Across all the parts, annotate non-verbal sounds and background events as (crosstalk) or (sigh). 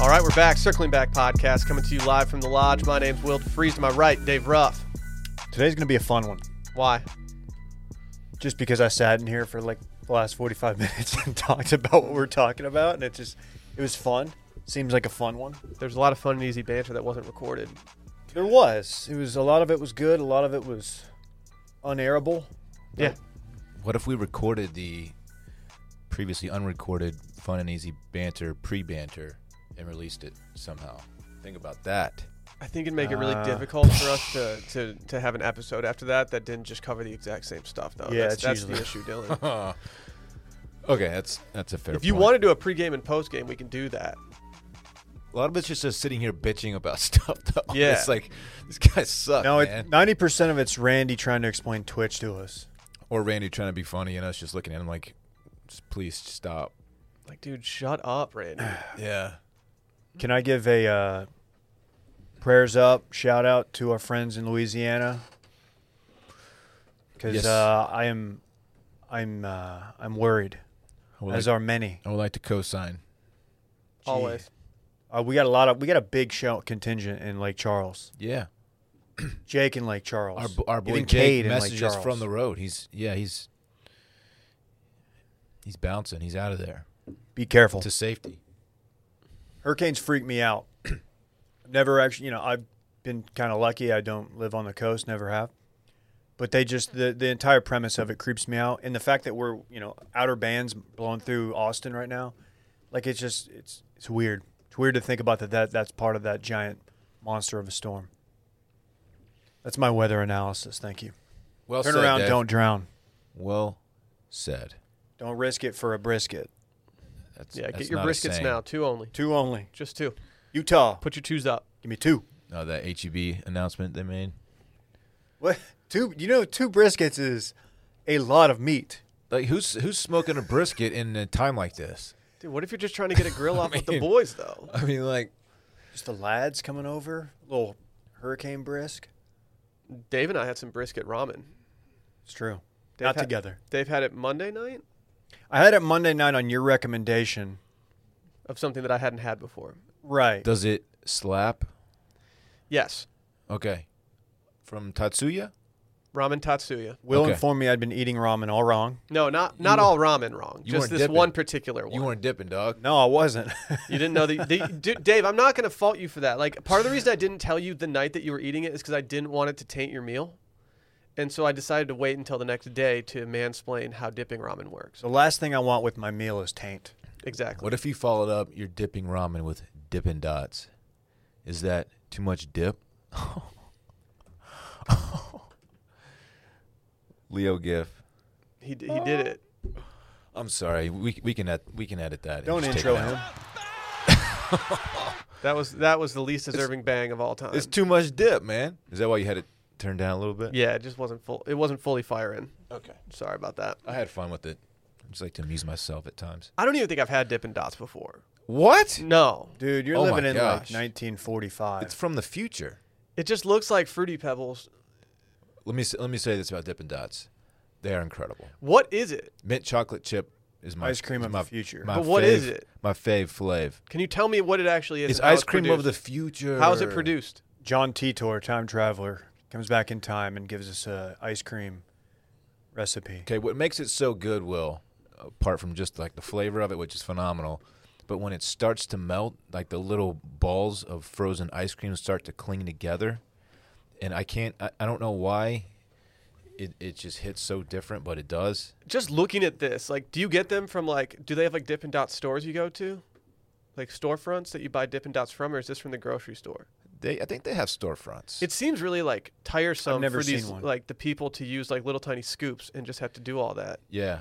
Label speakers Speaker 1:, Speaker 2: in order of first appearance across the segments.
Speaker 1: right, we're back. Circling Back podcast coming to you live from the lodge. My name's Will DeFreeze. To my right, Dave Ruff.
Speaker 2: Today's going to be a fun one
Speaker 1: Why?
Speaker 2: just because I sat in here for like the last 45 (laughs) minutes and talked about what we're talking about. And it just, it was fun. Seems like a fun one.
Speaker 1: There's a lot of fun and easy banter that wasn't recorded.
Speaker 2: There was. It was, a lot of it was good. A lot of it was unairable.
Speaker 1: Yeah.
Speaker 3: What if we recorded the previously unrecorded fun and easy banter pre banter and released it somehow? Think about that.
Speaker 1: I think it'd make it really difficult for us to, to, to have an episode after that that didn't just cover the exact same stuff, though.
Speaker 2: Yeah,
Speaker 1: that's,
Speaker 2: it's
Speaker 1: that's (laughs) the
Speaker 2: usually-
Speaker 1: issue, Dylan.
Speaker 3: Okay, that's that's a fair.
Speaker 1: if you
Speaker 3: point.
Speaker 1: want to do a pregame and postgame, we can do that.
Speaker 3: a lot of it's just us sitting here bitching about (laughs) stuff. Though.
Speaker 1: Yeah.
Speaker 3: it's like these guys suck,
Speaker 2: Now,
Speaker 3: Oh, man.
Speaker 2: it, 90% of it's Randy trying to explain Twitch to us.
Speaker 3: or Randy trying to be funny and us just looking at him like, just please stop.
Speaker 1: Like, dude, shut up, (sighs) Randy.
Speaker 3: Yeah,
Speaker 2: Can I give a uh, prayers up shout out to our friends in Louisiana? Because
Speaker 3: Yes.
Speaker 2: uh, I am, I'm, uh, I'm worried.
Speaker 3: I would,
Speaker 2: as
Speaker 3: like,
Speaker 2: are many.
Speaker 3: I would like to co-sign.
Speaker 1: Always.
Speaker 2: Uh, we got a lot of we got a big show contingent in Lake Charles.
Speaker 3: Yeah,
Speaker 2: Jake in Lake Charles.
Speaker 3: our bo- our boy
Speaker 2: Even
Speaker 3: Jake
Speaker 2: Cade in Lake
Speaker 3: messaged us
Speaker 2: Charles.
Speaker 3: from the road. He's yeah, he's he's bouncing. He's out of there
Speaker 2: Be careful.
Speaker 3: to safety.
Speaker 2: Hurricanes freak me out. (clears throat) never actually, you know, I've been kind of lucky. I don't live on the coast, never have. But they just the the entire premise of it creeps me out, and the fact that we're you know outer bands blowing through Austin right now, like it's just it's it's weird. It's weird to think about that that that's part of that giant monster of a storm. That's my weather analysis. Thank you.
Speaker 3: Well
Speaker 2: Turn
Speaker 3: said,
Speaker 2: around,
Speaker 3: Dave.
Speaker 2: don't drown.
Speaker 3: Well said.
Speaker 2: Don't risk it for a brisket.
Speaker 3: That's,
Speaker 1: Yeah,
Speaker 3: that's
Speaker 1: get your
Speaker 3: not a
Speaker 1: briskets
Speaker 3: saying.
Speaker 1: now. Two only.
Speaker 2: Two only.
Speaker 1: Just two.
Speaker 2: Utah.
Speaker 1: Put your twos up.
Speaker 2: Give me two.
Speaker 3: No, Oh, that HEB announcement they made.
Speaker 2: What? Two? You know, two briskets is a lot of meat.
Speaker 3: Like who's who's smoking a brisket in a time like this?
Speaker 1: Dude, what if you're just trying to get a (laughs) grill off with the
Speaker 3: mean-
Speaker 1: boys, though?
Speaker 3: I mean, like
Speaker 2: Just the lads coming over. little hurricane brisk.
Speaker 1: Dave and I had some brisket ramen.
Speaker 2: It's true.
Speaker 1: Dave
Speaker 2: Not
Speaker 1: had-
Speaker 2: together.
Speaker 1: Dave had it Monday night
Speaker 2: I had it Monday night on your recommendation.
Speaker 1: of something that I hadn't had before.
Speaker 2: Right.
Speaker 3: does it slap?
Speaker 1: Yes,
Speaker 3: Okay, from Tatsuya.
Speaker 1: ramen tatsuya.
Speaker 2: Will
Speaker 3: Okay.
Speaker 2: informed me I'd been eating ramen all wrong.
Speaker 1: No, not not all ramen wrong.
Speaker 3: you
Speaker 1: Just
Speaker 3: weren't
Speaker 1: this
Speaker 3: dipping.
Speaker 1: one particular one.
Speaker 3: You
Speaker 1: You,
Speaker 3: weren't dipping, dog.
Speaker 2: No, I wasn't. (laughs)
Speaker 1: didn't know
Speaker 3: (laughs)
Speaker 1: the, the D- Dave. I'm not going to fault you for that. Like part of the reason I didn't tell you the night that you were eating it is because I didn't want it to taint your meal, and so I decided to wait until the next day to mansplain how dipping ramen works.
Speaker 2: the last thing I want with my meal is taint.
Speaker 1: Exactly.
Speaker 3: What if you followed up your dipping ramen with dipping dots? Is that too much dip? (laughs) Leo Giff.
Speaker 1: He d- he did it.
Speaker 3: I'm sorry. We we can ed- we can edit that. and
Speaker 2: Don't
Speaker 3: just take
Speaker 2: intro
Speaker 3: it out.
Speaker 2: him.
Speaker 1: That was that was the least deserving bang of all time.
Speaker 3: It's too much dip, man. Is that why you had it turned down a little bit?
Speaker 1: yeah, it just wasn't full. It wasn't fully firing.
Speaker 3: Okay.
Speaker 1: Sorry about that.
Speaker 3: I had fun with it. I just like to amuse myself at times.
Speaker 1: I don't even think I've had Dippin' Dots before.
Speaker 3: What?
Speaker 1: No,
Speaker 2: Dude, you're
Speaker 3: Oh my
Speaker 2: living in like
Speaker 3: gosh.
Speaker 2: 1945.
Speaker 3: It's from the future.
Speaker 1: it just looks like Fruity Pebbles.
Speaker 3: Let me s- let me say this about Dippin' Dots. They are incredible.
Speaker 1: What is it?
Speaker 3: Mint chocolate chip is my
Speaker 2: Ice cream
Speaker 3: is
Speaker 2: of
Speaker 3: my,
Speaker 2: the future.
Speaker 3: My
Speaker 1: But what
Speaker 3: fave-
Speaker 1: is it?
Speaker 3: My fave flav.
Speaker 1: Can you tell me what it actually is?
Speaker 3: It's
Speaker 1: and how
Speaker 3: ice cream of the
Speaker 1: produced?
Speaker 3: future.
Speaker 1: How is it produced?
Speaker 2: John Titor, time traveler, comes back in time and gives us a ice cream recipe.
Speaker 3: Okay, what makes it so good, Will, apart from just like the flavor of it, which is phenomenal, but when it starts to melt, like the little balls of frozen ice cream start to cling together, and I can't, I, I don't know why, it it just hits so different, but it does.
Speaker 1: Just looking at this, like, do you get them from like? Do they have like Dippin' Dots stores you go to, like storefronts that you buy Dippin' Dots from, or is this from the grocery store?
Speaker 3: They, I think they have storefronts.
Speaker 1: It seems really like tiresome
Speaker 2: never
Speaker 1: for these
Speaker 2: seen one.
Speaker 1: like the people to use like little tiny scoops and just have to do all that
Speaker 3: yeah.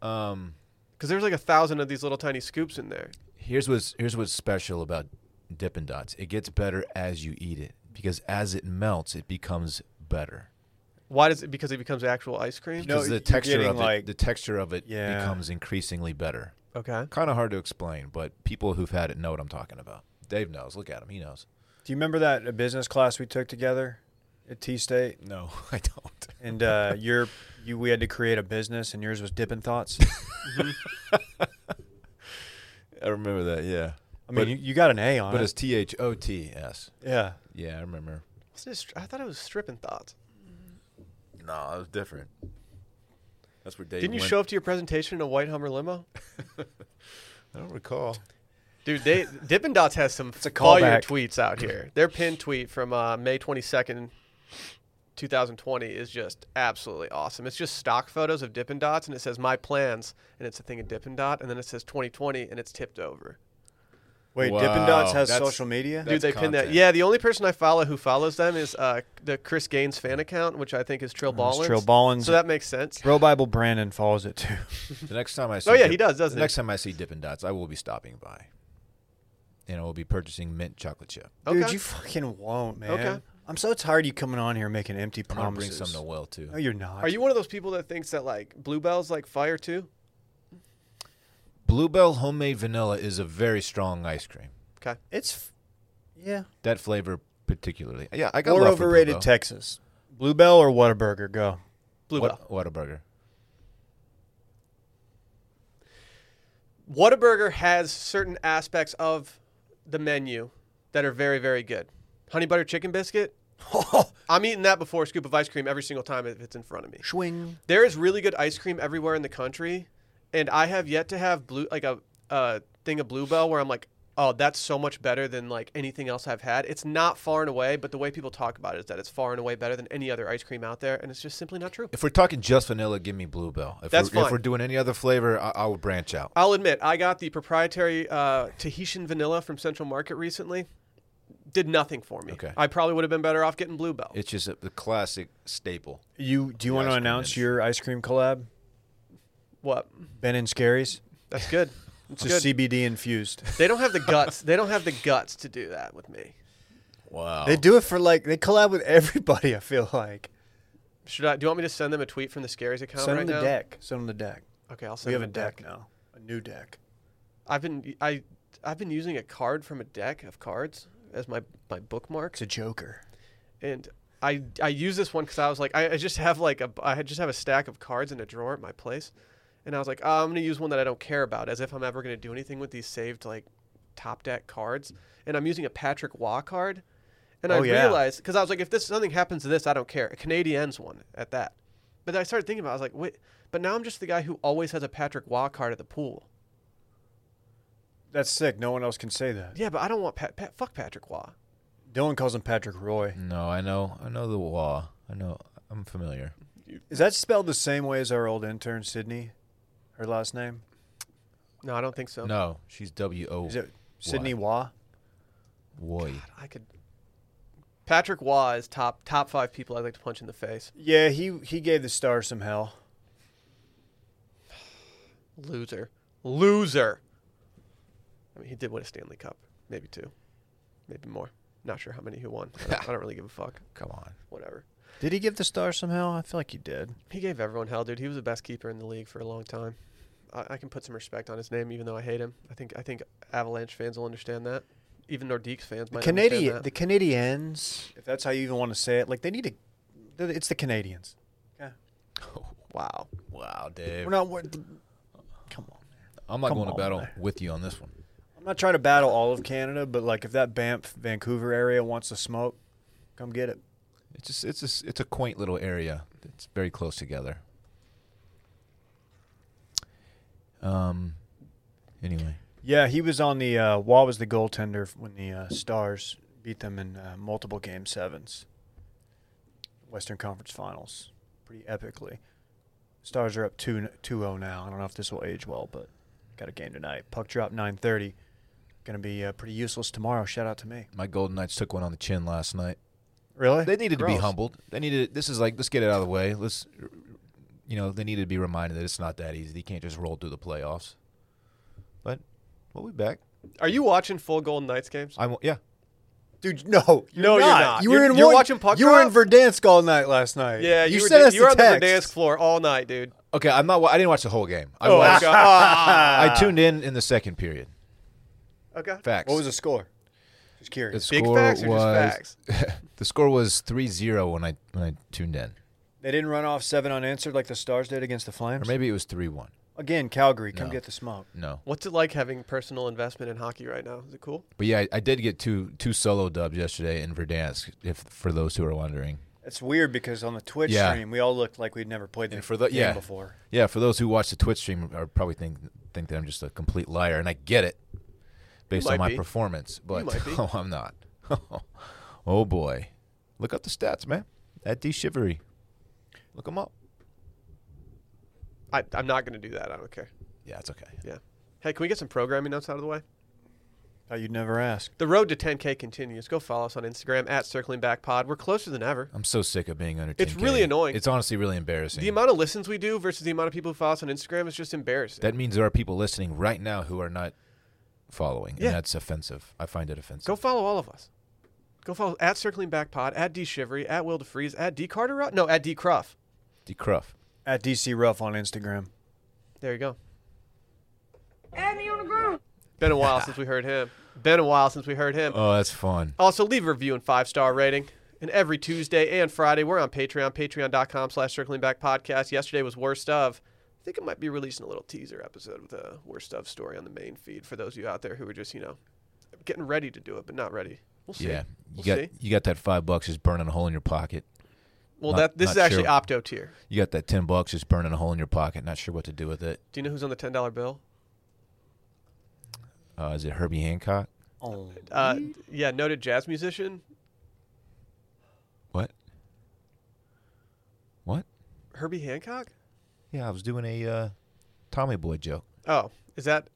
Speaker 3: Um,
Speaker 1: because there's like a thousand of these little tiny scoops in there.
Speaker 3: Here's what's here's what's special about Dippin' Dots. It gets better as you eat it because as it melts, it becomes better.
Speaker 1: Why does it? Because it becomes actual ice cream.
Speaker 2: No,
Speaker 3: Because
Speaker 2: you're
Speaker 3: the texture
Speaker 2: getting,
Speaker 3: of it,
Speaker 2: like-
Speaker 3: the texture of it
Speaker 2: Yeah.
Speaker 3: becomes increasingly better.
Speaker 1: Okay.
Speaker 3: Kind of hard to explain, but people who've had it know what I'm talking about. Dave knows. Look at him. He knows.
Speaker 2: Do you remember that uh, business class we took together at T State?
Speaker 3: No, (laughs) I don't.
Speaker 2: And uh, your, you, we had to create a business, and
Speaker 3: (laughs)
Speaker 2: yours was Dippin' Thoughts.
Speaker 3: I remember that. Yeah.
Speaker 2: I mean,
Speaker 3: But-
Speaker 2: you, you got an A on
Speaker 3: But
Speaker 2: it.
Speaker 3: it's T H O T S.
Speaker 2: yeah.
Speaker 3: Yeah, I remember.
Speaker 1: Wasn't it str- I thought it was stripping thoughts.
Speaker 3: No, it was different. That's where Dave.
Speaker 1: Didn't you
Speaker 3: went.
Speaker 1: show up to your presentation in a white Hummer limo?
Speaker 3: I don't recall.
Speaker 1: Dude, they Dippin' Dots has some
Speaker 2: a
Speaker 1: fire
Speaker 2: callback.
Speaker 1: tweets out here. Their pinned tweet from uh, May 22nd, 2020 is just absolutely awesome. It's just stock photos of Dippin' Dots, and it says my plans, and it's a thing of Dippin' Dot, and then it says 2020, and it's tipped over.
Speaker 2: Wait, Dippin' Dots
Speaker 3: Wow,
Speaker 2: has
Speaker 3: that's-
Speaker 2: social media.
Speaker 3: that-
Speaker 1: Dude,
Speaker 3: That's
Speaker 1: they pinned that.
Speaker 3: content.
Speaker 1: Yeah, the only person I follow who follows them is uh, the Chris Gaines fan account, which I think is Trill Ballins.
Speaker 2: Trill Ballins.
Speaker 1: So that makes sense.
Speaker 2: Bro Bible Brandon follows it too.
Speaker 3: The next time I see
Speaker 1: Oh, yeah,
Speaker 3: Dip-
Speaker 1: he does, doesn't
Speaker 3: the
Speaker 1: he?
Speaker 3: next time I see Dippin' Dots, I will be stopping by, and I will be purchasing mint chocolate chip.
Speaker 1: Okay.
Speaker 2: Dude, you fucking won't, man.
Speaker 1: Okay.
Speaker 2: I'm so tired of you coming on here making empty
Speaker 3: I'm gonna bring
Speaker 2: promises.
Speaker 3: some to Will too.
Speaker 2: no, you're not.
Speaker 1: Are you one of those people that thinks that like bluebells like fire too?
Speaker 3: Bluebell homemade vanilla is a very strong ice cream.
Speaker 1: Okay.
Speaker 2: It's, f- yeah.
Speaker 3: That flavor particularly. Yeah, I got
Speaker 2: Or
Speaker 3: love for
Speaker 2: overrated
Speaker 3: Bluebell.
Speaker 2: Texas. Bluebell or Whataburger?
Speaker 3: (laughs)
Speaker 2: Go.
Speaker 1: Bluebell.
Speaker 3: What, Whataburger.
Speaker 1: Whataburger has certain aspects of the menu that are very, very good. Honey butter chicken biscuit. I'm eating that before a scoop of ice cream every single time if it's in front of me.
Speaker 2: Schwing.
Speaker 1: There is really good ice cream everywhere in the country, and I have yet to have blue like a, a thing of bluebell where I'm like, oh, that's so much better than like anything else I've had. It's not far and away, but the way people talk about it is that it's far and away better than any other ice cream out there, and it's just simply not true.
Speaker 3: If we're talking just vanilla, give me Bluebell. If
Speaker 1: That's
Speaker 3: we're,
Speaker 1: fine.
Speaker 3: If we're doing any other flavor, I, I will branch out.
Speaker 1: I'll admit, I got the proprietary uh, Tahitian vanilla from Central Market recently. Did nothing for me.
Speaker 3: Okay.
Speaker 1: I probably would have been better off getting Bluebell.
Speaker 3: It's just a, the classic staple.
Speaker 2: You do you want
Speaker 3: ice
Speaker 2: to
Speaker 3: cream
Speaker 2: announce
Speaker 3: industry.
Speaker 2: your ice cream collab?
Speaker 1: what?
Speaker 2: Ben and Scary's.
Speaker 1: That's good. It's
Speaker 2: Just
Speaker 1: good. (laughs)
Speaker 2: CBD infused.
Speaker 1: They don't have the guts. They don't have the guts to do that with me.
Speaker 3: Wow.
Speaker 2: They do it for like they collab with everybody. I feel like
Speaker 1: Should I? Do you want me to send them a tweet from the Scaries account
Speaker 2: send
Speaker 1: right
Speaker 2: them the
Speaker 1: now?
Speaker 2: deck. Send them the deck.
Speaker 1: Okay, I'll send
Speaker 2: We have a
Speaker 1: them
Speaker 2: deck now. A new deck.
Speaker 1: I've been I I've been using a card from a deck of cards as my my bookmark,
Speaker 2: It's a joker.
Speaker 1: and I I use this one because I was like I, I just have like a I just have a stack of cards in a drawer at my place, and I was like oh, I'm gonna use one that I don't care about as if I'm ever gonna do anything with these saved like top deck cards, and I'm using a Patrick Waugh card, and I
Speaker 2: Oh, yeah.
Speaker 1: realized because I was like if this something happens to this I don't care a Canadiens one at that, but I started thinking about it, I was like wait but now I'm just the guy who always has a Patrick Waugh card at the pool.
Speaker 2: That's sick. No one else can say that.
Speaker 1: Yeah, but I don't want Pat. Pat fuck Patrick Waugh.
Speaker 2: Dylan calls him Patrick Roy.
Speaker 3: No, I know. I know the Waugh. I know. I'm familiar.
Speaker 2: Is that spelled the same way as our old intern Sydney? Her last name
Speaker 1: No, I don't think so.
Speaker 3: No, she's W O
Speaker 2: is it Sydney Wah?
Speaker 3: Woy.
Speaker 1: I could. Patrick Waugh is top top five people I'd like to punch in the face.
Speaker 2: Yeah, he he gave the star some hell.
Speaker 1: Loser, loser. I mean, he did win a Stanley Cup, maybe two, maybe more. Not sure how many he
Speaker 2: (laughs)
Speaker 1: won. I don't, I don't really give a fuck.
Speaker 3: Come on.
Speaker 1: Whatever.
Speaker 2: Did he give the star some hell? I feel like he did.
Speaker 1: He gave everyone hell, dude. He was the best keeper in the league for a long time. I, I can put some respect on his name, even though I hate him. I think I think Avalanche fans will understand that. Even Nordiques fans
Speaker 2: The
Speaker 1: might understand
Speaker 2: Canadian,
Speaker 1: that.
Speaker 2: the Canadians, if that's how you even want to say it, like they need to. they're- It's the Canadians.
Speaker 1: wow.
Speaker 3: Wow, Dave.
Speaker 2: We're not. We're, come on.
Speaker 3: I'm not
Speaker 2: come
Speaker 3: going
Speaker 2: on,
Speaker 3: to battle
Speaker 2: man.
Speaker 3: with you on this one.
Speaker 2: I'm not trying to battle all of Canada, but like if that Banff, Vancouver area wants to smoke, come get it.
Speaker 3: It's just it's a s- it's a quaint little area. It's very close together. Um. Anyway,
Speaker 2: Yeah, he was on the. Uh, Wall was the goaltender f- when the uh, Stars beat them in uh, multiple game sevens, Western Conference Finals, pretty epically. Stars are up 2 0 now. I don't know if this will age well, but got a game tonight. Puck drop 9:30. Going to be uh, pretty useless tomorrow. Shout out to me.
Speaker 3: my Golden Knights took one on the chin last night.
Speaker 2: Really?
Speaker 3: They needed to be
Speaker 1: Gross.
Speaker 3: humbled. They needed. This is like let's get it out of the way. Let's, you know, they needed to be reminded that it's not that easy. You can't just roll through the playoffs. But we'll be back.
Speaker 1: Are you watching full Golden Knights games?
Speaker 3: I won't. Yeah.
Speaker 2: Dude, no, you're
Speaker 1: No, you're
Speaker 2: not.
Speaker 1: not.
Speaker 2: You
Speaker 1: You're-
Speaker 2: were in
Speaker 1: you're
Speaker 2: one-
Speaker 1: watching puck
Speaker 2: You were in
Speaker 1: drop?
Speaker 2: Verdansk all night last night.
Speaker 1: Yeah,
Speaker 2: you,
Speaker 1: you, were,
Speaker 2: sent
Speaker 1: da-
Speaker 2: us
Speaker 1: you were
Speaker 2: the
Speaker 1: on
Speaker 2: text.
Speaker 1: the dance floor all night, dude.
Speaker 3: Okay. I'm not. wa- I didn't watch the whole game. I
Speaker 1: Oh,
Speaker 3: watched.
Speaker 1: okay.
Speaker 2: (laughs)
Speaker 1: Ah.
Speaker 3: I tuned in in the second period.
Speaker 1: okay.
Speaker 3: Facts.
Speaker 2: What was the score? Just
Speaker 3: The
Speaker 2: curious.
Speaker 1: Big
Speaker 3: score
Speaker 1: facts or just
Speaker 3: was
Speaker 1: facts?
Speaker 3: (laughs) the score was 3-0 when I when I tuned in,
Speaker 2: They didn't run off seven unanswered like the Stars did against the
Speaker 3: or
Speaker 2: Flames.
Speaker 3: maybe it was three one.
Speaker 2: Again, Calgary, come
Speaker 3: No.
Speaker 2: get the smoke.
Speaker 3: No,
Speaker 1: What's it like having personal investment in hockey right now? Is it cool?
Speaker 3: but yeah, I, I did get two two solo dubs yesterday in Verdansk. If for those who are wondering,
Speaker 2: It's weird because on the Twitch
Speaker 3: Yeah.
Speaker 2: stream, we all looked like we'd never played the,
Speaker 3: And for the-
Speaker 2: game
Speaker 3: yeah.
Speaker 2: before.
Speaker 3: yeah, for those who watch the Twitch stream are probably think think that I'm just a complete liar, and I get it based on
Speaker 1: might
Speaker 3: my
Speaker 1: be.
Speaker 3: performance. But
Speaker 1: might be.
Speaker 3: oh, (laughs) I'm not. oh boy, look up the stats, man. At D Shivery, look them up.
Speaker 1: I, I'm not going to do that. I don't care.
Speaker 3: Yeah, it's okay.
Speaker 1: Yeah. Hey, can we get some programming notes out of the way?
Speaker 2: Oh, you'd never ask.
Speaker 1: The road to 10K continues. Go follow us on Instagram at Circling Back Pod. We're closer than ever.
Speaker 3: I'm so sick of being under.
Speaker 1: It's
Speaker 3: 10K.
Speaker 1: really annoying.
Speaker 3: It's honestly really embarrassing.
Speaker 1: The amount of listens we do versus the amount of people who follow us on Instagram is just embarrassing.
Speaker 3: that means there are people listening right now who are not following,
Speaker 1: Yeah.
Speaker 3: and that's offensive. I find it offensive.
Speaker 1: Go follow all of us. Go follow at Circling Back Pod, at D Shivery, at Will DeFreeze, at D Carter. No, at D Cruff.
Speaker 3: Decruff.
Speaker 2: At DC Ruff on Instagram.
Speaker 1: There you go.
Speaker 4: Add me on the ground.
Speaker 1: Been a
Speaker 3: (laughs)
Speaker 1: while since we heard him. Been a while since we heard him.
Speaker 3: Oh, that's fun.
Speaker 1: Also, leave a review and five star rating. And every Tuesday and Friday, we're on Patreon, patreon.com slash circling back podcast. Yesterday was Worst of. I think I might be releasing a little teaser episode with a Worst of story on the main feed for those of you out there who are just, you know, getting ready to do it, but not ready. We'll see.
Speaker 3: Yeah, you
Speaker 1: We'll
Speaker 3: got
Speaker 1: see.
Speaker 3: you got that five bucks just burning a hole in your pocket.
Speaker 1: Well,
Speaker 3: Not-
Speaker 1: that this
Speaker 3: not
Speaker 1: is actually
Speaker 3: sure.
Speaker 1: opto tier.
Speaker 3: You got that ten bucks just burning a hole in your pocket, not sure what to do with it.
Speaker 1: Do you know who's on the $10 bill?
Speaker 3: Uh, is it Herbie Hancock?
Speaker 2: Oh.
Speaker 1: Uh, yeah, noted jazz musician.
Speaker 3: What? What?
Speaker 1: Herbie Hancock?
Speaker 3: Yeah, I was doing a uh, Tommy Boy joke.
Speaker 1: Oh, is that.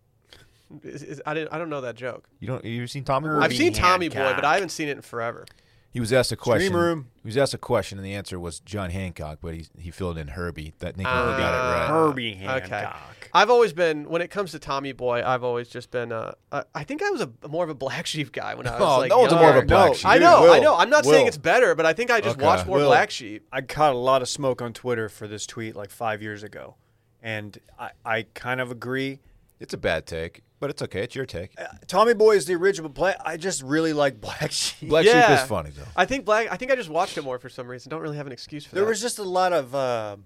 Speaker 1: Is, is, I, didn't, I don't know that joke.
Speaker 3: You don't? You ever seen Tommy Boy?
Speaker 2: Herbie
Speaker 1: I've seen Tommy Boy, but I
Speaker 2: Hancock.
Speaker 1: haven't seen it in forever.
Speaker 3: He was asked a question.
Speaker 2: room.
Speaker 3: He was asked a question, and the answer was John Hancock, but he he filled in Herbie. That Nico
Speaker 1: Ah.
Speaker 3: got it right.
Speaker 2: Herbie
Speaker 1: Okay.
Speaker 2: Hancock.
Speaker 1: I've always been when it comes to Tommy Boy, I've always just been. Uh, I, I think I was a more of a black sheep guy when I was
Speaker 3: Oh,
Speaker 1: like.
Speaker 3: no one's
Speaker 1: younger.
Speaker 3: more of a black
Speaker 2: No,
Speaker 3: sheep.
Speaker 1: I
Speaker 2: Dude,
Speaker 1: know, I
Speaker 2: Will,
Speaker 1: know. I'm not saying
Speaker 2: Will.
Speaker 1: it's better, but I think I just
Speaker 3: Okay.
Speaker 1: watched more
Speaker 2: Will.
Speaker 1: black sheep.
Speaker 2: I caught a lot of smoke on Twitter for this tweet like five years ago. And I, I kind of agree.
Speaker 3: It's a bad take, but it's okay. It's your take.
Speaker 2: Uh, Tommy Boy is the original play. I just really like (laughs) Black Sheep.
Speaker 3: Black Sheep
Speaker 1: Yeah.
Speaker 3: is funny though.
Speaker 1: I think black. I think I just watched it more for some reason. Don't really have an excuse for
Speaker 2: there
Speaker 1: that.
Speaker 2: was just a lot of, uh,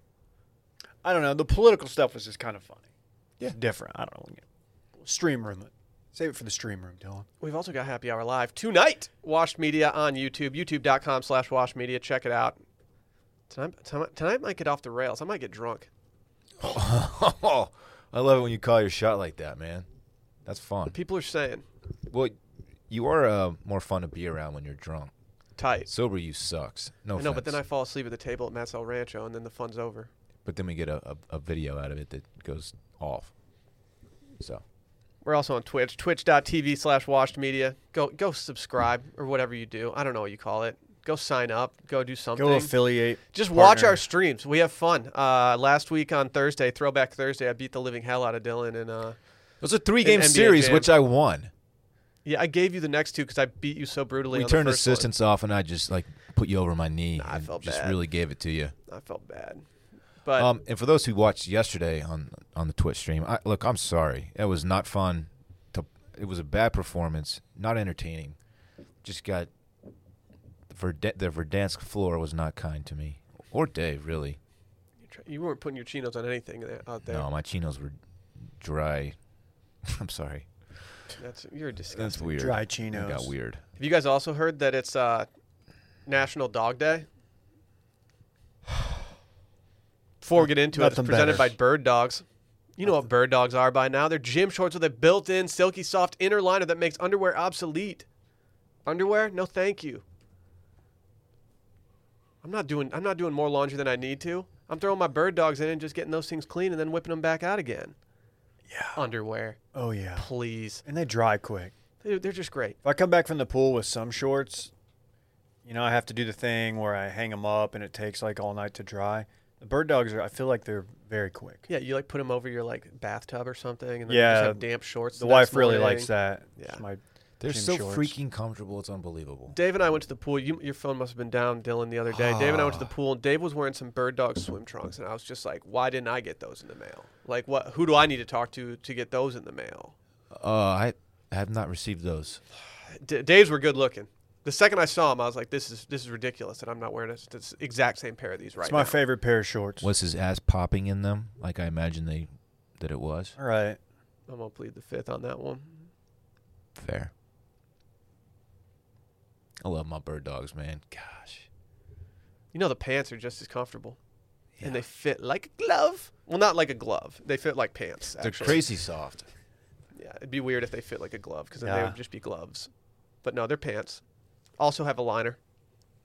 Speaker 2: I don't know, the political stuff was just kind of funny.
Speaker 3: Yeah.
Speaker 2: It's different. I don't know. Stream room. it. Save it for the stream room, Dylan.
Speaker 1: We've also got Happy Hour Live tonight. Washed Media on YouTube. YouTube.com slash Washed Media. Check it out. Tonight, tonight, tonight might get off the rails. I might get drunk.
Speaker 3: (laughs) Oh, I love it when you call your shot like that, man. That's fun.
Speaker 1: People are saying
Speaker 3: Well, you are uh, more fun to be around when you're drunk.
Speaker 1: tight.
Speaker 3: Sober, you sucks. No,
Speaker 1: I know, but then I
Speaker 3: offense.
Speaker 1: fall asleep at the table at Matt's El Rancho, and then the fun's over.
Speaker 3: But then we get a, a, a video out of it that goes off. So
Speaker 1: We're also on Twitch, twitch.tv slash washed media. Go go subscribe or whatever you do. I don't know what you call it. Go sign up. Go do something.
Speaker 2: Go affiliate.
Speaker 1: Just
Speaker 2: partner.
Speaker 1: watch our streams. We have fun. Uh, last week on Thursday, Throwback Thursday, I beat the living hell out of Dylan. And uh,
Speaker 3: it was a three game
Speaker 1: NBA
Speaker 3: series,
Speaker 1: Jam.
Speaker 3: which I won.
Speaker 1: yeah, I gave you the next two because I beat you so brutally.
Speaker 3: we
Speaker 1: on
Speaker 3: turned
Speaker 1: the first one.
Speaker 3: assistants off, and I just like put you over my knee.
Speaker 1: Nah, I
Speaker 3: and
Speaker 1: felt
Speaker 3: just
Speaker 1: bad.
Speaker 3: really gave it to you.
Speaker 1: I felt bad. But
Speaker 3: Um, and for those who watched yesterday on on the Twitch stream, I, look, I'm sorry. It was not fun. To, it was a bad performance, not entertaining. Just got Verde, the Verdansk floor was not kind to me or Dave really.
Speaker 1: you tr- you weren't putting your chinos on anything there- out there.
Speaker 3: No, my chinos were dry. (laughs) I'm sorry.
Speaker 1: That's you're disgusting.
Speaker 3: That's weird.
Speaker 2: Dry
Speaker 3: That
Speaker 2: chinos.
Speaker 3: got weird.
Speaker 1: Have you guys also heard that it's uh, National Dog Day? (sighs) Before we get into it, it's
Speaker 2: Nothing
Speaker 1: presented by
Speaker 2: better.
Speaker 1: Bird Dogs. You know what Bird Dogs are by now. They're gym shorts with a built in, silky, soft inner liner that makes underwear obsolete. Underwear? No, thank you. I'm not doing. I'm not doing more laundry than I need to. I'm throwing my bird dogs in and just getting those things clean and then whipping them back out again.
Speaker 2: Yeah.
Speaker 1: Underwear,
Speaker 2: Oh, yeah.
Speaker 1: please.
Speaker 2: And they dry quick.
Speaker 1: They're, they're just great.
Speaker 2: If I come back from the pool with some shorts, you know, I have to do the thing where I hang them up and it takes like all night to dry. The bird dogs are, I feel like they're very quick.
Speaker 1: Yeah, you like put them over your like bathtub or something, and then you
Speaker 2: Yeah,
Speaker 1: just have damp shorts.
Speaker 2: The
Speaker 1: next
Speaker 2: wife really
Speaker 1: morning.
Speaker 2: likes that. It's
Speaker 1: Yeah.
Speaker 2: my
Speaker 3: They're
Speaker 2: gym
Speaker 3: so
Speaker 2: shorts.
Speaker 3: freaking comfortable. It's unbelievable.
Speaker 1: Dave and I went to the pool. You, your phone must have been down, Dylan, the other day. Dave and I went
Speaker 2: (sighs)
Speaker 1: to the pool, and Dave was wearing some bird dog swim trunks, and I was just like, "Why didn't I get those in the mail? Like, what? Who do I need to talk to to get those in the mail?"
Speaker 3: Uh, I have not received those.
Speaker 1: D- Dave's were good looking. The second I saw him, I was like, "This is this is ridiculous," and I'm not wearing this, this exact same pair of these right
Speaker 2: It's my
Speaker 1: now.
Speaker 2: favorite pair of shorts.
Speaker 3: Was his ass popping in them like I imagine they that it was.
Speaker 2: All right.
Speaker 1: I'm gonna plead the fifth on that one.
Speaker 3: Fair. I love my bird dogs, man. Gosh.
Speaker 1: You know the pants are just as comfortable, and they fit like a glove. Well, not like a glove. They fit like pants.
Speaker 3: They're
Speaker 1: actually.
Speaker 3: crazy soft.
Speaker 1: Yeah, it'd be weird if they fit like a glove because then they
Speaker 2: Yeah.
Speaker 1: would just be gloves. But no, they're pants. Also have a liner.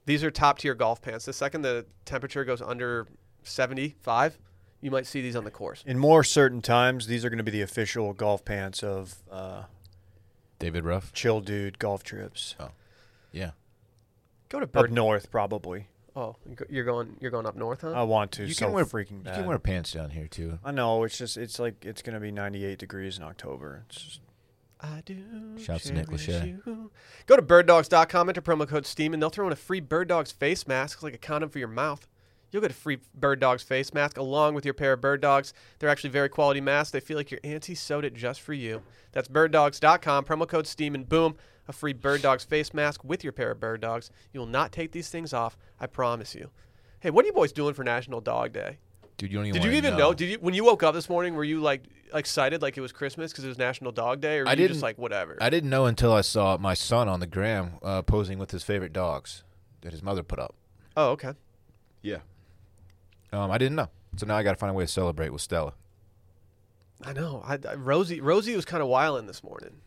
Speaker 1: These are top tier golf pants. The second the temperature goes under 75, you might see these on the course.
Speaker 2: In more certain times, these are going to be the official golf pants of uh,
Speaker 3: David Ruff.
Speaker 2: chill dude golf trips
Speaker 3: Yeah.
Speaker 1: Go to
Speaker 2: up
Speaker 1: Bird.
Speaker 2: north, probably.
Speaker 1: Oh, you go- you're going you're going up north, huh?
Speaker 2: I want to.
Speaker 3: You
Speaker 2: so
Speaker 3: can wear
Speaker 2: freaking bad.
Speaker 3: You can wear pants down here too.
Speaker 2: I know. It's just. It's like it's going to be 98 degrees in October. It's just,
Speaker 1: I do.
Speaker 3: Shouts to Nick
Speaker 1: cherish
Speaker 3: Lachey.
Speaker 1: you. Go to birddogs.com, enter promo code STEAM, and they'll throw in a free Bird Dogs face mask, It's like a condom for your mouth. You'll get a free Bird Dogs face mask along with your pair of Bird Dogs. They're actually very quality masks. They feel like your auntie sewed it just for you. That's birddogs.com, promo code STEAM, and boom, a free Bird Dogs face mask with your pair of Bird Dogs. You will not take these things off, I promise you. Hey, what are you boys doing for National Dog Day?
Speaker 3: Dude, you don't even.
Speaker 1: Did you
Speaker 3: wanna
Speaker 1: even know? Did you when you woke up this morning? Were you like excited, like it was Christmas because it was National Dog Day, or were
Speaker 3: I
Speaker 1: you just
Speaker 3: didn't-
Speaker 1: like whatever?
Speaker 3: I didn't know until I saw my son on the gram uh, posing with his favorite dogs that his mother put up.
Speaker 1: oh, okay.
Speaker 3: Yeah. Um, I didn't know. So now I got to find a way to celebrate with Stella.
Speaker 1: I know. I, I- Rosie Rosie was kind of wilding this morning.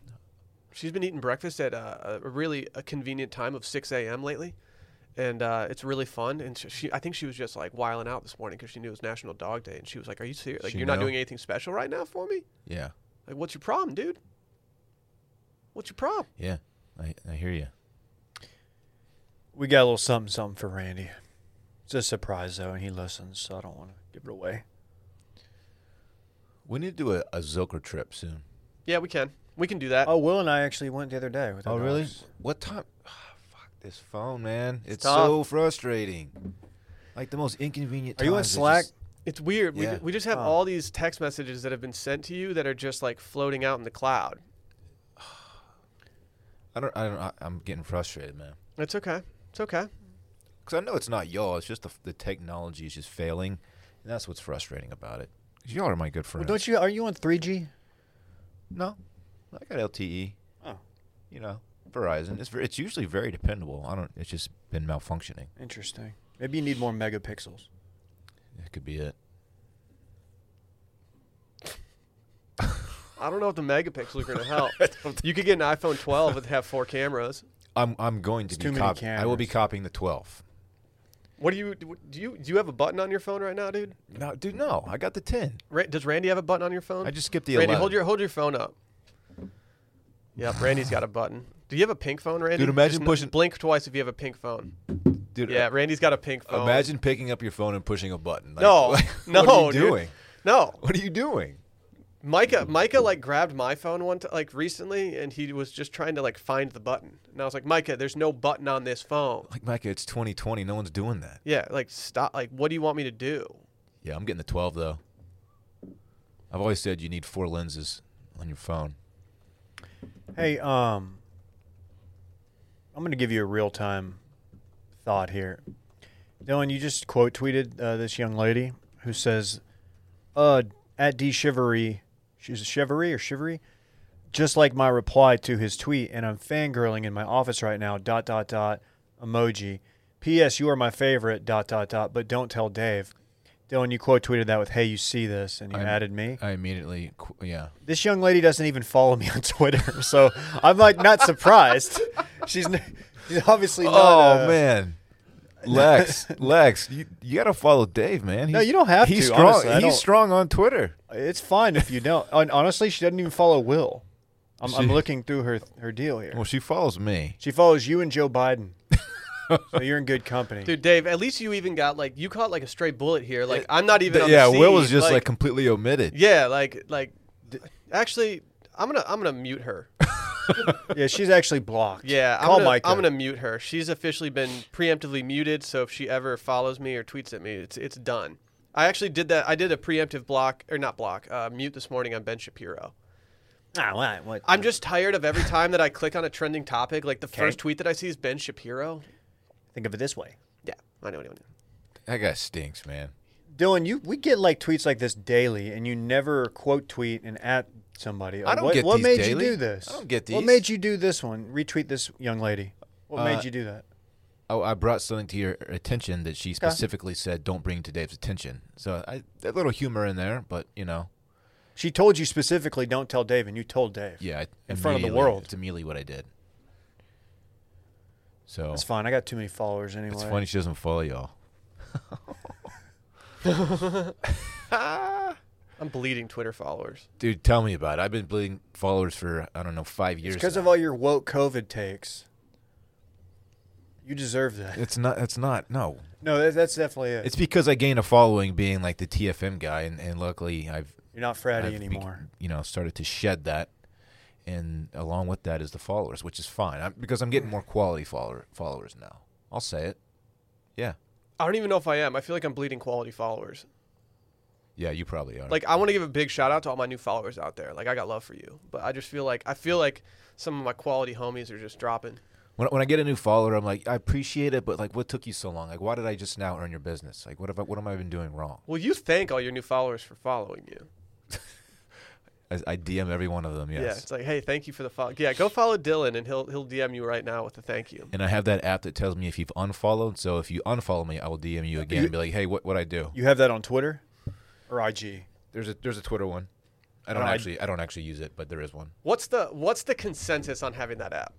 Speaker 1: She's been eating breakfast at uh, a, a really a convenient time of 6 a.m. lately, and uh, it's really fun. And she, she, I think she was just like wiling out this morning because she knew it was National Dog Day, and she was like, "Are you serious? Like
Speaker 3: She
Speaker 1: you're not
Speaker 3: know?
Speaker 1: doing anything special right now for me?
Speaker 3: Yeah.
Speaker 1: Like what's your problem, dude? What's your problem?"
Speaker 3: Yeah. I, I hear you.
Speaker 2: we got a little something, something for Randy. It's a surprise though, and he listens, so I don't want to give it away.
Speaker 3: We need to do a, a Zilker trip soon.
Speaker 1: Yeah, we can. We can do
Speaker 3: Uh,
Speaker 1: that.
Speaker 2: Oh, Will and I actually went the other day. With our dogs.
Speaker 3: Oh, What time? (sighs) Ah, fuck this phone, man. It's,
Speaker 1: tough.
Speaker 3: so frustrating. Like the most inconvenient.
Speaker 2: Are you on
Speaker 3: times, it
Speaker 2: Slack?
Speaker 3: just-
Speaker 1: It's weird. We,
Speaker 3: Yeah.
Speaker 1: ju- we just have
Speaker 2: Huh.
Speaker 1: all these text messages that have been sent to you that are just like floating out in the cloud.
Speaker 3: I don't. I don't. I, I'm getting frustrated, man.
Speaker 1: It's okay. It's okay.
Speaker 3: Because I know it's not y'all. It's just the, the technology is just failing, and that's what's frustrating about it. 'Cause y'all are my good
Speaker 2: Well,
Speaker 3: friends.
Speaker 2: don't you? Are you on 3G?
Speaker 3: No, I got LTE.
Speaker 2: Oh.
Speaker 3: You know, Verizon. It's ver- it's usually very dependable. I don't. It's just been malfunctioning.
Speaker 2: Interesting. Maybe you need more megapixels.
Speaker 3: That could be it.
Speaker 1: I don't know if the megapixel are going to
Speaker 3: (laughs)
Speaker 1: help. you could get an iPhone 12 and have four cameras.
Speaker 3: I'm I'm going to
Speaker 2: It's
Speaker 3: be
Speaker 2: too many
Speaker 3: copy- I will be
Speaker 2: cameras.
Speaker 3: copying the 12.
Speaker 1: What do you do? You do you have a button on your phone right now, dude?
Speaker 3: No, dude, no. I got the 10.
Speaker 1: Ra- does Randy have a button on your phone?
Speaker 3: I just skipped the
Speaker 1: Randy,
Speaker 3: 11.
Speaker 1: hold your hold your phone up. Yep, Randy's got a button. Do you have a pink phone, Randy?
Speaker 3: Dude, imagine
Speaker 1: Just n-
Speaker 3: pushing-
Speaker 1: blink twice if you have a pink phone.
Speaker 3: dude. uh,
Speaker 1: Yeah, Randy's got a pink phone.
Speaker 3: Imagine picking up your phone and pushing a button. Like,
Speaker 1: Oh. No,
Speaker 3: (laughs) like,
Speaker 1: no,
Speaker 3: What are you
Speaker 1: dude.
Speaker 3: doing?
Speaker 1: No,
Speaker 3: What are you doing?
Speaker 1: Micah, Micah like grabbed my phone one t- like recently, and he was just trying to like find the button, and I was like, Micah, there's no button on this phone.
Speaker 3: Like Micah, it's 2020. No one's doing that.
Speaker 1: Yeah, like stop. Like, what do you want me to do?
Speaker 3: Yeah, I'm getting the 12 though. I've always said you need four lenses on your phone.
Speaker 2: Hey, um, I'm going to give you a real time thought here. Dylan, you just quote tweeted uh, this young lady who says, uh, at D Shivery, she's a Shivery or Shivery, just like my reply to his tweet, and I'm fangirling in my office right now, dot, dot, dot, emoji. P.S. You are my favorite, dot, dot, dot, but don't tell Dave. Dylan, you quote tweeted that with, hey, you see this, and you
Speaker 3: I'm-
Speaker 2: added me.
Speaker 3: I immediately, qu- yeah.
Speaker 2: This young lady doesn't even follow me (laughs) on Twitter, so I'm like not surprised. She's, n- she's obviously not.
Speaker 3: Oh
Speaker 2: uh,
Speaker 3: man, Lex, Lex, you, you gotta follow Dave, man.
Speaker 2: No, you don't have
Speaker 3: he's
Speaker 2: to,
Speaker 3: Strong,
Speaker 2: honestly, I don't-
Speaker 3: he's strong on Twitter.
Speaker 2: It's fine if you don't. Hon- Honestly, she doesn't even follow Will. I'm, I'm
Speaker 3: She-
Speaker 2: looking through her her deal here.
Speaker 3: Well, she follows me.
Speaker 2: She follows you and Joe
Speaker 3: (laughs)
Speaker 2: Biden, so you're in good company.
Speaker 1: Dude, Dave, at least you even got like you caught like a stray bullet here. Like I'm not even.
Speaker 3: Th-
Speaker 1: on the
Speaker 3: yeah, Will was
Speaker 1: scene.
Speaker 3: just like, completely omitted.
Speaker 1: yeah, like like. Actually, I'm gonna I'm gonna mute
Speaker 3: (laughs)
Speaker 1: her.
Speaker 2: Yeah, she's actually blocked.
Speaker 1: Yeah, I'm
Speaker 2: call
Speaker 1: gonna,
Speaker 2: Micah.
Speaker 1: I'm gonna mute her. She's officially been preemptively muted. So if she ever follows me or tweets at me, it's it's done. I actually did that. I did a preemptive block or not block uh, mute this morning on Ben Shapiro.
Speaker 2: Ah, what- what-
Speaker 1: I'm just tired of every time that I click on a trending topic. Like the first tweet that I see is Ben Shapiro.
Speaker 2: think of it this way.
Speaker 1: Yeah, I know. I know, I know.
Speaker 3: That guy stinks, man.
Speaker 2: Dylan, you we get like tweets like this daily, and you never quote tweet and at somebody.
Speaker 3: I don't
Speaker 2: what,
Speaker 3: get
Speaker 2: What
Speaker 3: these
Speaker 2: made
Speaker 3: daily.
Speaker 2: you do this?
Speaker 3: I don't get
Speaker 2: What
Speaker 3: these.
Speaker 2: made you do this one? Retweet this young lady. What
Speaker 3: Uh,
Speaker 2: made you do that?
Speaker 3: Oh, I brought something to your attention that she specifically said don't bring to Dave's attention. So I a little humor in there, but you know,
Speaker 2: She told you specifically, don't tell Dave, and you told Dave.
Speaker 3: yeah, I-
Speaker 2: In front of the
Speaker 3: immediately-
Speaker 2: world.
Speaker 3: It's immediately what I did. So
Speaker 2: It's fine. I got too many followers anyway.
Speaker 3: It's funny she doesn't follow y'all.
Speaker 1: I'm bleeding Twitter followers.
Speaker 3: Dude, tell me about it. I've been bleeding followers for I don't know five years.
Speaker 2: because
Speaker 3: now.
Speaker 2: of all your woke COVID takes. You deserve that.
Speaker 3: it's not. It's not. No,
Speaker 2: No, that, that's definitely it.
Speaker 3: it's because I gained a following being like the TFM guy, and, and luckily I've,
Speaker 2: You're not fratty
Speaker 3: I've bec-
Speaker 2: anymore.
Speaker 3: you know, started to shed that, and along with that is the followers, which is fine I'm, because I'm getting more quality follower followers now. I'll say it. Yeah,
Speaker 1: I don't even know if I am. I feel like I'm bleeding quality followers.
Speaker 3: yeah, you probably are.
Speaker 1: Like I want to give a big shout out to all my new followers out there. Like I got love for you, but I just feel like I feel like some of my quality homies are just dropping.
Speaker 3: When, when I get a new follower, I'm like, I appreciate it, but like, what took you so long? Like, why did I just now earn your business? Like, what have I, what am I been doing wrong?
Speaker 1: Well, you thank all your new followers for following you.
Speaker 3: I, I DM every one of them. Yes.
Speaker 1: Yeah, it's like, hey, thank you for the follow. Yeah, go follow Dylan, and he'll he'll DM you right now with a thank you.
Speaker 3: And I have that app that tells me if you've unfollowed. So if you unfollow me, I will DM you again and be like, "Hey, what what I do?"
Speaker 2: You have that on Twitter or IG?
Speaker 3: There's a there's a Twitter one. I don't
Speaker 2: Oh, I-
Speaker 3: actually I, don't actually use it, but there is one.
Speaker 1: What's the what's the consensus on having that app?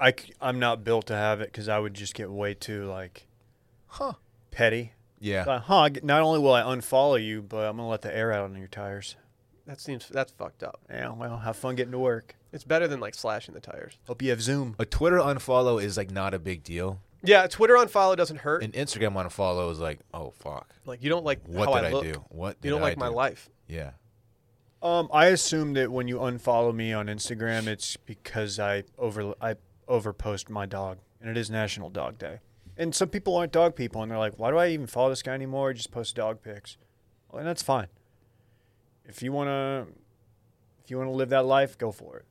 Speaker 2: I, am not built to have it because I would just get way too like
Speaker 3: Huh?
Speaker 2: petty.
Speaker 3: Yeah.
Speaker 2: Like, huh? I g- Not only will I unfollow you, but I'm gonna let the air out on your tires.
Speaker 1: That seems that's fucked up.
Speaker 2: Yeah. Well, have fun getting to work.
Speaker 1: It's better than like slashing the tires.
Speaker 2: Hope you have Zoom.
Speaker 3: a Twitter unfollow is like not a big deal.
Speaker 1: Yeah, Twitter unfollow doesn't hurt.
Speaker 3: An Instagram unfollow is like, oh fuck,
Speaker 1: like you don't like
Speaker 3: what
Speaker 1: how
Speaker 3: did
Speaker 1: I
Speaker 3: I,
Speaker 1: look.
Speaker 3: do? What did
Speaker 1: You don't
Speaker 3: I
Speaker 1: like my
Speaker 3: do?
Speaker 1: life.
Speaker 3: Yeah.
Speaker 2: Um, I assume that when you unfollow me on Instagram, it's because I over I overpost my dog, and it is National Dog Day. And some people aren't dog people, and they're like, "Why do I even follow this guy anymore? I just post dog pics." Well, and that's fine. If you wanna, if you wanna live that life, go for it.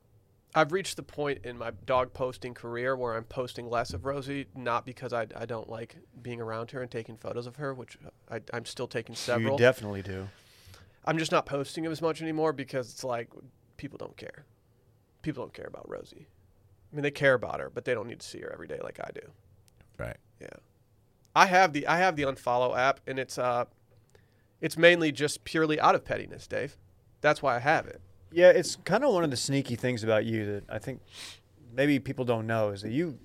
Speaker 1: I've reached the point in my dog posting career where I'm posting less of Rosie, not because I, I don't like being around her and taking photos of her, which I, I'm still taking several.
Speaker 2: You definitely do.
Speaker 1: I'm just not posting them as much anymore because it's like people don't care. People don't care about Rosie. I mean, they care about her, but they don't need to see her every day like I do.
Speaker 3: Right.
Speaker 1: Yeah. I have the I have the unfollow app, and it's uh, it's mainly just purely out of pettiness, Dave. That's why I have it.
Speaker 2: Yeah, it's kind of one of the sneaky things about you that I think maybe people don't know is that you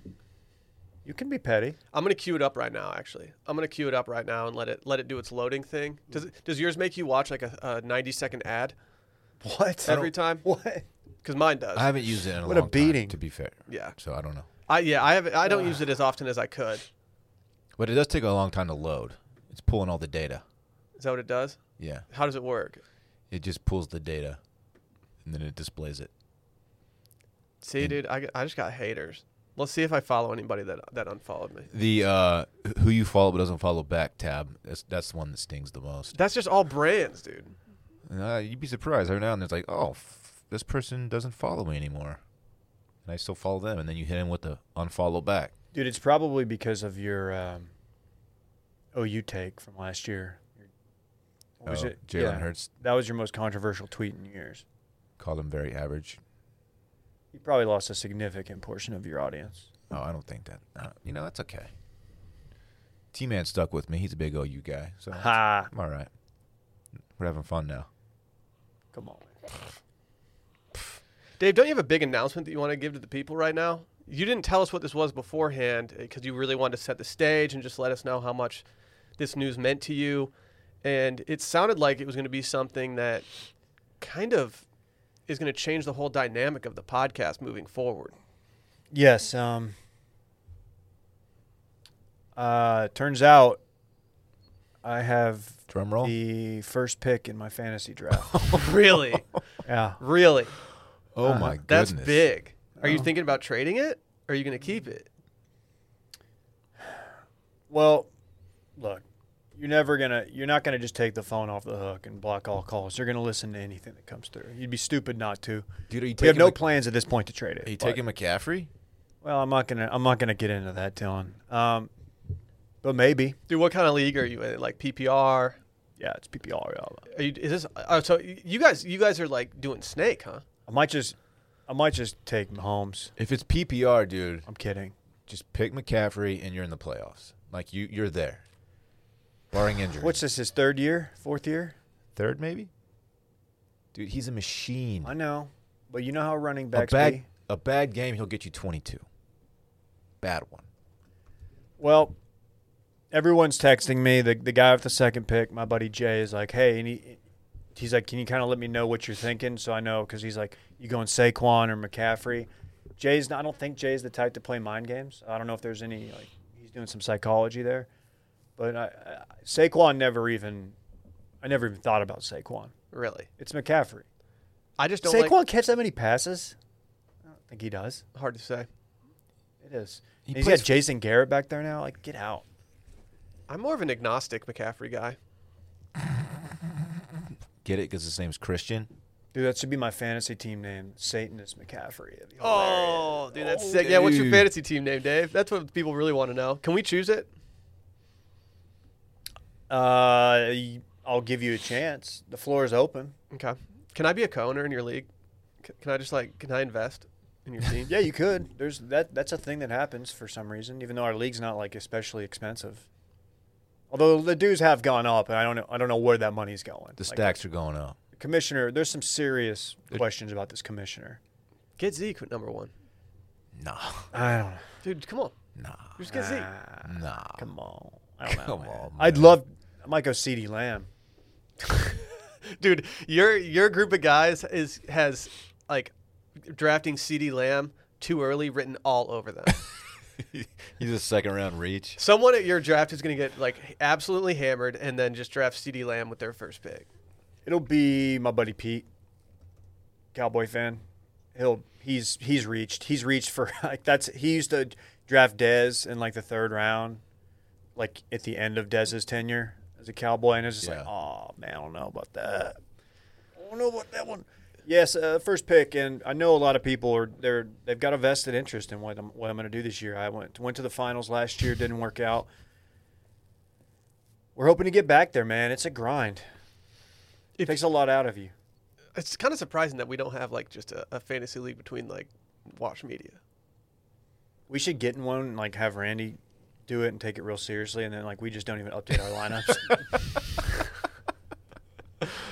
Speaker 2: you can be
Speaker 3: (laughs)
Speaker 2: petty.
Speaker 1: I'm gonna queue it up right now. Actually, I'm gonna queue it up right now and let it let it do its loading thing. Does it, does yours make you watch like a, a 90 second ad
Speaker 2: What?
Speaker 1: every time?
Speaker 2: What?
Speaker 1: Because mine does.
Speaker 3: I haven't used it in a
Speaker 2: What a
Speaker 3: long time,
Speaker 2: beating.
Speaker 3: to be fair.
Speaker 1: yeah.
Speaker 3: So I don't know,
Speaker 1: I yeah. I have. I don't use it as often as I could.
Speaker 3: but it does take a long time to load. It's pulling all the data.
Speaker 1: Is that what it does?
Speaker 3: Yeah.
Speaker 1: How does it work?
Speaker 3: It just pulls the data, and then it displays it.
Speaker 1: See, dude, I, I just got haters. Let's see if I follow anybody that that unfollowed me.
Speaker 3: The uh, who you follow but doesn't follow back tab. That's that's the one that stings the most.
Speaker 1: That's just all brands, dude.
Speaker 3: Uh, you'd be surprised every now and then. It's like, oh, f- this person doesn't follow me anymore, and I still follow them. And then you hit him with the unfollow back.
Speaker 2: Dude, it's probably because of your um, OU take from last year. Your- What was
Speaker 3: Oh,
Speaker 2: it?
Speaker 3: Jalen
Speaker 2: Yeah.
Speaker 3: Hurts
Speaker 2: That was your most controversial tweet in years.
Speaker 3: called him very average.
Speaker 2: You probably lost a significant portion of your audience.
Speaker 3: Oh, I don't think that. Uh, you know, that's okay. T man stuck with me. He's a big OU guy, so I'm
Speaker 2: Ha!
Speaker 3: all right. We're having fun now.
Speaker 2: Come on.
Speaker 1: Dave, don't you have a big announcement that you want to give to the people right now? You didn't tell us what this was beforehand because you really wanted to set the stage and just let us know how much this news meant to you. And it sounded like it was going to be something that kind of is going to change the whole dynamic of the podcast moving
Speaker 2: (laughs)
Speaker 1: forward.
Speaker 2: Yes. Um. Uh, turns out I have
Speaker 3: Drum roll.
Speaker 2: the first pick in my fantasy
Speaker 3: (laughs)
Speaker 2: draft.
Speaker 1: really?
Speaker 2: yeah.
Speaker 1: Really?
Speaker 3: oh
Speaker 2: uh,
Speaker 3: my goodness,
Speaker 1: That's big. Are you
Speaker 2: Oh.
Speaker 1: thinking about trading it? Or are you going to keep it?
Speaker 2: Well, look, you're never gonna, you're not gonna just take the phone off the hook and block all calls. You're gonna listen to anything that comes through. You'd be stupid not to.
Speaker 3: dude. Are you
Speaker 2: We have
Speaker 3: taking?
Speaker 2: no
Speaker 3: Mc-
Speaker 2: plans at this point to trade it.
Speaker 3: are you
Speaker 2: but-
Speaker 3: taking McCaffrey?
Speaker 2: Well, I'm not gonna, I'm not gonna get into that, Dylan. Um, But maybe.
Speaker 1: Dude, what kind of league are you in? Like PPR?
Speaker 2: Yeah, it's PPR. y'all.
Speaker 1: Are you? Is this? Oh, so you guys, you guys are like doing snake, huh?
Speaker 2: I might just, I might just take Mahomes.
Speaker 3: If it's PPR, dude,
Speaker 2: I'm kidding.
Speaker 3: just pick McCaffrey and you're in the playoffs. Like you, you're there, barring injury.
Speaker 2: What's this? His third year, fourth year?
Speaker 3: third, maybe? Dude, he's a machine.
Speaker 2: I know, but you know how running
Speaker 3: A
Speaker 2: backs
Speaker 3: bad,
Speaker 2: be.
Speaker 3: a bad game, he'll get you 22. Bad one.
Speaker 2: Well, everyone's texting me. The the guy with the second pick, my buddy Jay, is like, hey, and he, he's like, can you kind of let me know what you're thinking so I know? Because he's like, you going Saquon or McCaffrey? Jay's. I don't think Jay's the type to play mind games. I don't know if there's any like he's doing some psychology there, but I, I, Saquon never even. I never even thought about Saquon.
Speaker 1: Really?
Speaker 2: It's McCaffrey.
Speaker 1: I just don't
Speaker 2: Saquon
Speaker 1: like.
Speaker 2: catch that many passes? I don't think he does.
Speaker 1: Hard to say.
Speaker 2: It is.
Speaker 3: He
Speaker 2: And he's
Speaker 3: plays
Speaker 2: got Jason Garrett back there now. Like, get out.
Speaker 1: I'm more of an agnostic McCaffrey guy.
Speaker 3: Get it? Because his name's Christian.
Speaker 2: Dude, that should be my fantasy team name. Satanist McCaffrey. That'd be hilarious.
Speaker 1: Oh, dude, that's sick. Yeah, what's your
Speaker 3: dude.
Speaker 1: fantasy team name, Dave? That's what people really want to know. Can we choose it?
Speaker 2: Uh, y- I'll give you a chance. The floor is open.
Speaker 1: Okay. Can I be a co-owner in your league? C- Can I just like? Can I invest in your team?
Speaker 2: Yeah, you could. There's that. That's a thing that happens for some reason, even though our league's not like especially expensive. Although the dues have gone up, and I don't know. I don't know where that money's going.
Speaker 3: The
Speaker 2: Like,
Speaker 3: stacks are going up.
Speaker 2: commissioner. There's some serious questions about this commissioner.
Speaker 1: (laughs) Get Zeke at number one,
Speaker 3: Nah, (laughs)
Speaker 2: I don't know.
Speaker 1: dude. Come on,
Speaker 3: nah,
Speaker 1: just get Zeke.
Speaker 2: (laughs)
Speaker 3: nah. (laughs)
Speaker 2: Come on. I don't know.
Speaker 3: Come
Speaker 2: man.
Speaker 3: on,
Speaker 2: I'd
Speaker 3: man.
Speaker 2: love. I might go CD Lamb.
Speaker 1: dude your your group of guys is has like drafting cd lamb too early written all over (laughs) them
Speaker 3: he's a second round reach.
Speaker 1: someone at your draft is going to get like absolutely hammered and then just draft cd lamb with their first pick
Speaker 2: It'll be my buddy Pete, Cowboy fan. He'll he's he's reached. He's reached for (laughs) like that's he used to draft Dez in like the third round, like at the end of Dez's tenure as a Cowboy, and it's just like,
Speaker 3: Yeah.
Speaker 2: oh man, I don't know about that. I don't know about that one. Yes, uh, first pick, and I know a lot of people are they're they've got a vested interest in what I'm what I'm going to do this year. I went went to the finals last year, didn't work out. We're hoping to get back there, man. It's a grind. It
Speaker 1: If-
Speaker 2: takes a lot out of you.
Speaker 1: it's kind of surprising that we don't have like just a, a fantasy league between like wash media
Speaker 2: We should get in one and like have Randy do it and take it real seriously, and then like we just don't even update our lineups.
Speaker 1: (laughs)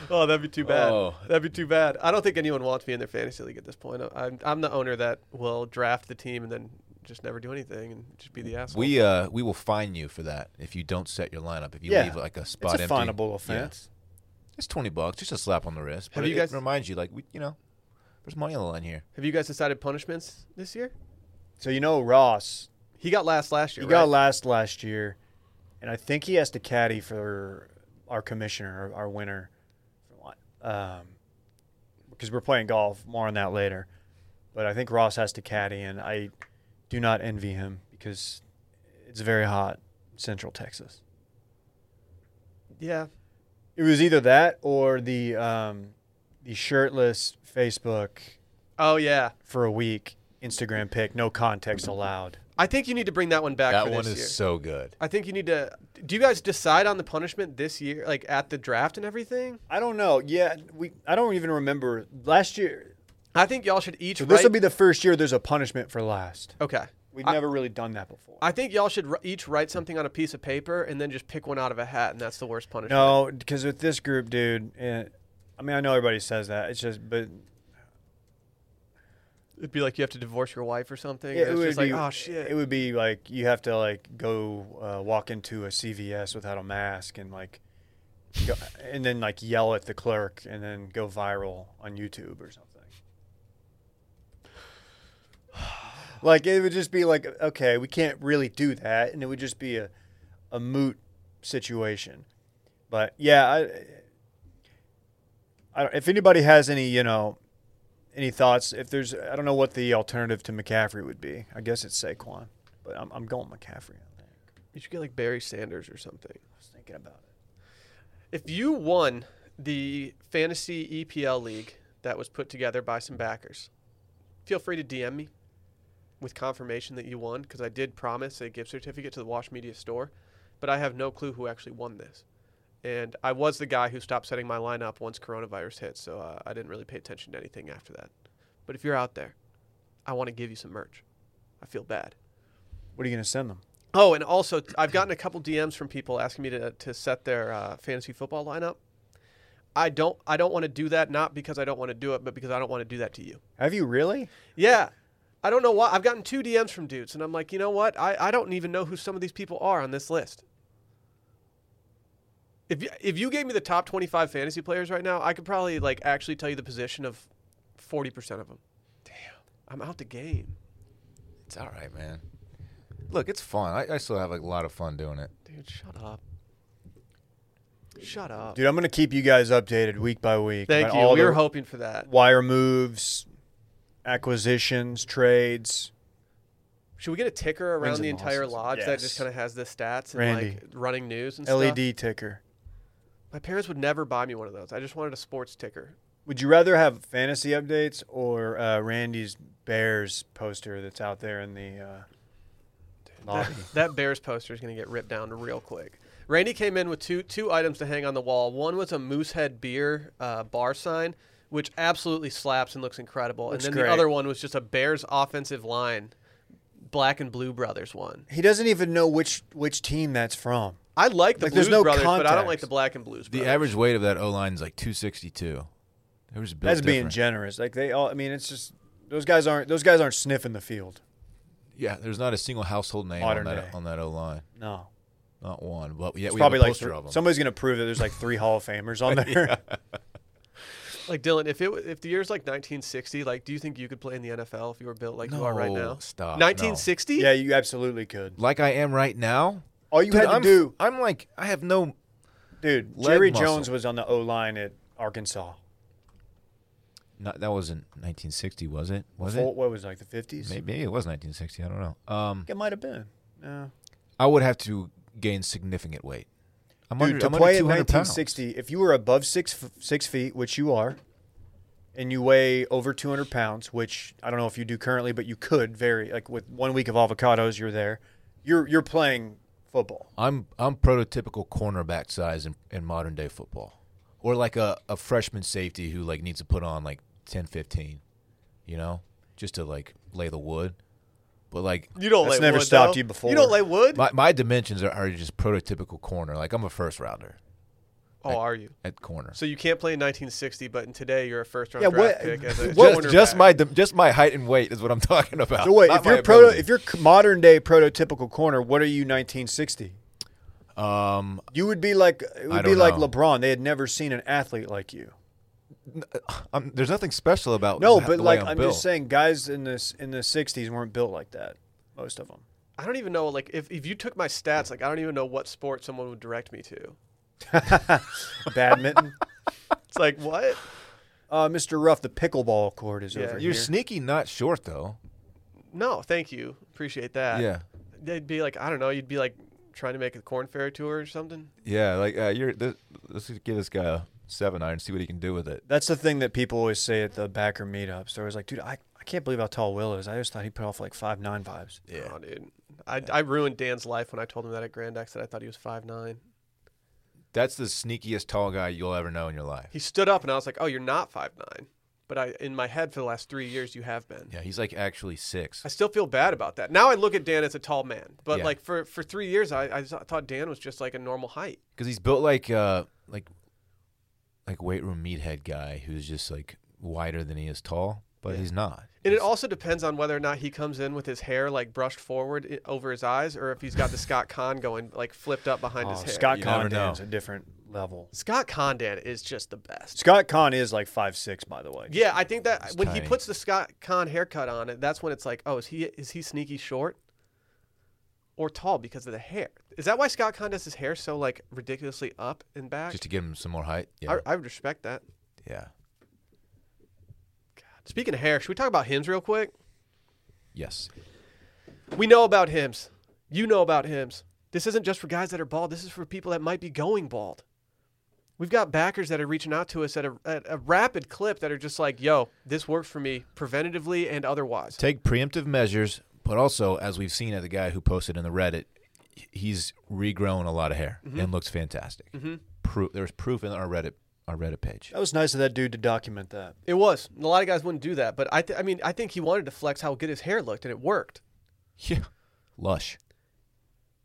Speaker 1: oh that'd be too bad
Speaker 3: Oh.
Speaker 1: that'd be too bad i don't think anyone wants me in their fantasy league at this point I- i'm, I'm the owner that will draft the team and then just never do anything and just be the asshole
Speaker 3: We uh we will fine you for that if you don't set your lineup. If you
Speaker 2: Yeah.
Speaker 3: leave like a
Speaker 2: it's
Speaker 3: spot
Speaker 2: a
Speaker 3: empty.
Speaker 2: fineable
Speaker 3: Yeah.
Speaker 2: offense.
Speaker 3: It's twenty bucks, just a slap on the wrist. But
Speaker 1: Have you
Speaker 3: it- it
Speaker 1: guys-
Speaker 3: reminds you like we you know, there's money on the line here.
Speaker 1: have you guys decided punishments this year
Speaker 2: So you know Ross,
Speaker 1: he got last last
Speaker 2: he
Speaker 1: year
Speaker 2: got
Speaker 1: right?
Speaker 2: last last year, and I think he has to caddy for our commissioner, our, our winner, um, because we're playing golf. More on that later, but I think Ross has to caddy, and I do not envy him because it's very hot, in Central Texas.
Speaker 1: yeah
Speaker 2: It was either that or the um, the shirtless Facebook
Speaker 1: oh yeah
Speaker 2: for a week Instagram pic, no context allowed.
Speaker 1: I think you need to bring that one back
Speaker 3: that
Speaker 1: for
Speaker 3: one
Speaker 1: this
Speaker 3: is
Speaker 1: year.
Speaker 3: so good.
Speaker 1: I think you need to. Do you guys decide on the punishment this year, like at the draft and everything?
Speaker 2: I don't know. Yeah, we. I don't even remember last year.
Speaker 1: I think y'all should each.
Speaker 2: So this will
Speaker 1: write-
Speaker 2: be the first year there's a punishment for last.
Speaker 1: okay.
Speaker 2: We've
Speaker 1: I-
Speaker 2: never really done that before.
Speaker 1: I think y'all should ri- each write something on a piece of paper and then just pick one out of a hat, and that's the worst punishment.
Speaker 2: no, because with this group, dude. eh, I mean, I know everybody says that. It's just, but
Speaker 1: It'd be like you have to divorce your wife or something.
Speaker 2: it,
Speaker 1: and it's
Speaker 2: would
Speaker 1: just
Speaker 2: be.
Speaker 1: like, oh shit.
Speaker 2: It would be like you have to like go uh, walk into a CVS without a mask and like, go, and then like yell at the clerk and then go viral on YouTube or something. (sighs) Like it would just be like, okay, we can't really do that, and it would just be a, a moot situation. But yeah, I, I don't, if anybody has any, you know, any thoughts? If there's, I don't know what the alternative to McCaffrey would be. I guess it's Saquon, but I'm, I'm going McCaffrey. I think.
Speaker 1: you should get like Barry Sanders or something.
Speaker 2: I was thinking about it.
Speaker 1: If you won the fantasy EPL league that was put together by some backers, feel free to DM me with confirmation that you won because I did promise a gift certificate to the Wash Media store. but I have no clue who actually won this. And I was the guy who stopped setting my lineup once coronavirus hit, so uh, I didn't really pay attention to anything after that. But if you're out there, I want to give you some merch. I feel bad.
Speaker 2: What are you going to send them?
Speaker 1: Oh, and also, t- I've gotten a couple DMs from people asking me to, to set their uh, fantasy football lineup. I don't I don't want to do that not because I don't want to do it, but because I don't want to do that to you.
Speaker 2: Have you really?
Speaker 1: Yeah. I don't know why. I've gotten two DMs from dudes, and I'm like, you know what? I, I don't even know who some of these people are on this list. If you, if you gave me the top 25 fantasy players right now, I could probably like actually tell you the position of 40% of them. Damn. I'm out the game.
Speaker 3: It's all right, man. Look, it's fun. I, I still have like, a lot of fun doing it.
Speaker 1: Dude, shut up. Shut up.
Speaker 2: Dude, I'm going to keep you guys updated week by week.
Speaker 1: Thank
Speaker 2: about
Speaker 1: you.
Speaker 2: All
Speaker 1: We
Speaker 2: the
Speaker 1: were hoping for that.
Speaker 2: wire moves, acquisitions, trades.
Speaker 1: Should we get a ticker
Speaker 2: Wins
Speaker 1: around
Speaker 2: and
Speaker 1: the entire
Speaker 2: losses.
Speaker 1: lodge that just
Speaker 2: Yes.
Speaker 1: kind of has the stats and
Speaker 2: Randy. E
Speaker 1: like running news and stuff?
Speaker 2: LED ticker.
Speaker 1: My parents would never buy me one of those. I just wanted a sports ticker.
Speaker 2: Would you rather have fantasy updates or uh, Randy's Bears poster that's out there in the uh, (laughs) lobby?
Speaker 1: That Bears poster is going to get ripped down real quick. Randy came in with two two items to hang on the wall. One was a Moosehead beer uh, bar sign, which absolutely slaps and looks incredible.
Speaker 2: Looks
Speaker 1: and then
Speaker 2: great.
Speaker 1: the other one was just a Bears offensive line, black and blue brothers one.
Speaker 2: He doesn't even know which which team that's from.
Speaker 1: I like the
Speaker 2: Like,
Speaker 1: blues
Speaker 2: there's no
Speaker 1: brothers, but I don't like
Speaker 2: context.
Speaker 1: the black and blues.
Speaker 3: The
Speaker 1: brothers.
Speaker 3: average weight of that O line is like 262. They were just built
Speaker 2: That's being
Speaker 3: different.
Speaker 2: generous. Like they all. I mean, it's just those guys aren't those guys aren't sniffing the field.
Speaker 3: yeah, there's not a single household name on
Speaker 2: Modern
Speaker 3: that,
Speaker 2: day.
Speaker 3: on that O line.
Speaker 2: No,
Speaker 3: Not one. But Oh, yeah,
Speaker 2: it's
Speaker 3: we
Speaker 2: probably
Speaker 3: have a
Speaker 2: like
Speaker 3: poster
Speaker 2: three-
Speaker 3: of them.
Speaker 2: somebody's gonna prove that there's like three Hall of Famers
Speaker 3: (laughs)
Speaker 2: on there.
Speaker 1: like Dylan, if it w- if the year's like 1960, like do you think you could play in the NFL if you were built like you are right
Speaker 3: No,
Speaker 1: now?
Speaker 3: stop, no.
Speaker 1: 1960.
Speaker 2: (laughs) yeah, you absolutely could.
Speaker 3: like I am right now.
Speaker 2: All you
Speaker 3: Dude,
Speaker 2: had to
Speaker 3: I'm,
Speaker 2: do,
Speaker 3: I'm like, I have no.
Speaker 2: dude.
Speaker 3: leg
Speaker 2: Jerry
Speaker 3: muscle.
Speaker 2: Jones was on the O line at Arkansas.
Speaker 3: Not, that wasn't 1960, was it? Was
Speaker 2: Full-
Speaker 3: it?
Speaker 2: What was it, like the fifties?
Speaker 3: Maybe it was 1960. I don't know. Um,
Speaker 2: It might have been. No.
Speaker 3: I would have to gain significant weight. I'm
Speaker 2: Dude,
Speaker 3: under,
Speaker 2: to
Speaker 3: I'm
Speaker 2: play in
Speaker 3: under 200 pounds.
Speaker 2: 1960, if you were above six f- six feet, which you are, and you weigh over 200 pounds, which I don't know if you do currently, but you could vary. Like with one week of avocados, you're there. You're you're playing football.
Speaker 3: I'm I'm prototypical cornerback size in, in modern day football, or like a, a freshman safety who like needs to put on like 10, 15, you know, just to like lay the wood. But like
Speaker 1: You don't
Speaker 2: That's
Speaker 1: lay
Speaker 2: never
Speaker 1: wood,
Speaker 2: stopped
Speaker 1: though.
Speaker 2: you before.
Speaker 1: You don't lay wood.
Speaker 3: my, my dimensions are, are just prototypical corner. Like I'm a first rounder
Speaker 1: oh, are you?
Speaker 3: at corner.
Speaker 1: So you can't play in 1960, but in today you're a first round
Speaker 2: Yeah,
Speaker 1: draft
Speaker 2: what-
Speaker 1: pick as a
Speaker 2: what-
Speaker 1: cornerback.
Speaker 3: Just, just my dim- just my height and weight is what I'm (laughs) talking about.
Speaker 2: So wait,
Speaker 3: Uh, not
Speaker 2: if
Speaker 3: my
Speaker 2: you're proto,
Speaker 3: ability.
Speaker 2: if you're c- modern day prototypical corner, what are you 1960?
Speaker 3: um
Speaker 2: You would be like it would be
Speaker 3: don't
Speaker 2: like
Speaker 3: know.
Speaker 2: LeBron. They had never seen an athlete like you.
Speaker 3: I'm, there's nothing special about
Speaker 2: No,
Speaker 3: the
Speaker 2: but
Speaker 3: way
Speaker 2: like
Speaker 3: I'm,
Speaker 2: I'm
Speaker 3: built.
Speaker 2: just saying, guys in this in the 60s weren't built like that. Most of them.
Speaker 1: I don't even know like if, if you took my stats like I don't even know what sport someone would direct me to.
Speaker 3: (laughs)
Speaker 2: Badminton.
Speaker 1: It's like what?
Speaker 2: Uh, Mr. Ruff, the pickleball court is
Speaker 1: Yeah,
Speaker 2: over here.
Speaker 3: You're sneaky, not short though.
Speaker 1: No, thank you. Appreciate that.
Speaker 3: yeah,
Speaker 1: They'd be like I don't know, you'd be like trying to make a corn fair tour or something.
Speaker 3: yeah. Like uh, you're. This, let's give this guy a seven iron and see what he can do with it.
Speaker 2: That's the thing that people always say at the backer meetups. They're always like, dude, I, I can't believe how tall Will is. I just thought he put off like five nine vibes.
Speaker 3: Yeah.
Speaker 1: Oh, dude. I, I ruined Dan's life when I told him that at Grand X that I thought he was five nine.
Speaker 3: That's the sneakiest tall guy you'll ever know in your life.
Speaker 1: He stood up and I was like, "Oh, you're not five nine. But I in my head for the last 3 years you have been.
Speaker 3: Yeah, he's like actually six.
Speaker 1: I still feel bad about that. Now I look at Dan as a tall man, but
Speaker 3: Yeah.
Speaker 1: like for, for three years, I, I thought Dan was just like a normal height.
Speaker 3: Because he's built like uh like like weight room meathead guy who's just like wider than he is tall, but he's not.
Speaker 1: And it also depends on whether or not he comes in with his hair like brushed forward i- over his eyes, or if he's got the Scott Kahn going like flipped up behind
Speaker 2: Oh,
Speaker 1: his hair.
Speaker 2: Scott
Speaker 3: You never
Speaker 2: Condan's
Speaker 3: know.
Speaker 2: a different level.
Speaker 1: Scott Condan is just the best.
Speaker 2: Scott Con is like five six, by the way.
Speaker 1: Yeah, I think that
Speaker 3: He's
Speaker 1: when he
Speaker 3: tiny.
Speaker 1: puts the Scott Kahn haircut on it, that's when it's like, oh, is he is he sneaky short or tall because of the hair? Is that why Scott Kahn does his hair so like ridiculously up and back?
Speaker 3: Just to give him some more height. Yeah,
Speaker 1: I, I would respect that.
Speaker 3: yeah,
Speaker 1: Speaking of hair, should we talk about hymns real quick?
Speaker 3: yes.
Speaker 1: We know about hymns. You know about hymns. This isn't just for guys that are bald. This is for people that might be going bald. We've got backers that are reaching out to us at a, at a rapid clip that are just like, yo, this works for me preventatively and otherwise.
Speaker 3: Take preemptive measures, but also, as we've seen at the guy who posted in the Reddit, he's regrown a lot of hair
Speaker 2: Mm-hmm.
Speaker 3: and looks fantastic. Proof there's proof in our Reddit our Reddit page.
Speaker 2: That was nice of that dude to document that.
Speaker 1: It was. A lot of guys wouldn't do that, but I, th- I mean, I think he wanted to flex how good his hair looked, and it worked.
Speaker 3: (laughs) Yeah, lush.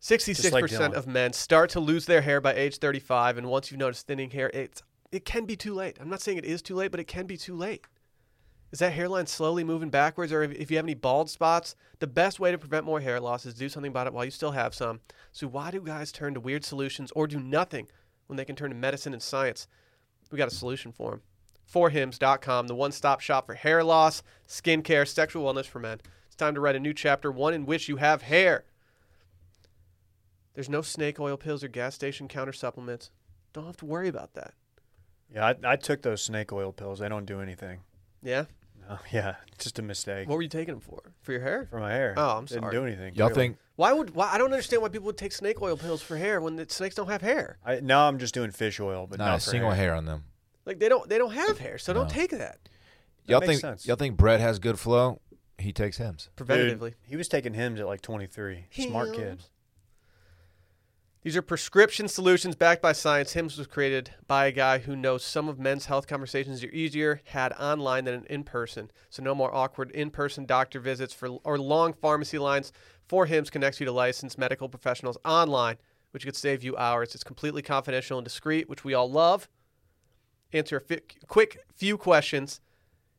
Speaker 1: Sixty-six percent
Speaker 2: Dylan.
Speaker 1: of men start to lose their hair by age thirty-five, and once you've noticed thinning hair, it's it can be too late. I'm not saying it is too late, but it can be too late. Is that hairline slowly moving backwards, or if, if you have any bald spots, the best way to prevent more hair loss is do something about it while you still have some. So why do guys turn to weird solutions or do nothing when they can turn to medicine and science? We got a solution for him. Forhims.com, the one stop shop for hair loss, skincare, sexual wellness for men. It's time to write a new chapter, one in which you have hair. There's no snake oil pills or gas station counter supplements. Don't have to worry about that.
Speaker 2: Yeah, I, I took those snake oil pills. They don't do anything. (laughs)
Speaker 1: Yeah?
Speaker 2: No, yeah, just a mistake
Speaker 1: What were you taking them for? For your hair?
Speaker 2: for my hair.
Speaker 1: Oh, I'm
Speaker 2: Didn't
Speaker 1: sorry.
Speaker 2: do anything.
Speaker 3: Y'all
Speaker 2: really.
Speaker 3: think
Speaker 1: Why would why I don't understand why people would take snake oil pills for hair when the snakes don't have hair.
Speaker 2: I, now I'm just doing fish oil, but
Speaker 3: not,
Speaker 2: not
Speaker 3: a
Speaker 2: for
Speaker 3: single
Speaker 2: hair.
Speaker 3: hair. on them?
Speaker 1: Like they don't they don't have hair, so don't
Speaker 3: No.
Speaker 1: take that.
Speaker 2: That
Speaker 3: y'all
Speaker 2: makes
Speaker 3: think
Speaker 2: sense.
Speaker 3: y'all think Brett has good flow? He takes hims.
Speaker 2: Dude,
Speaker 1: Preventatively.
Speaker 2: he was taking hymns at like 23. Smart kid.
Speaker 1: These are prescription solutions backed by science. Hims was created by a guy who knows some of men's health conversations are easier had online than in person. So no more awkward in-person doctor visits for or long pharmacy lines. For Hims connects you to licensed medical professionals online, which could save you hours. It's completely confidential and discreet, which we all love. Answer a fi- quick few questions,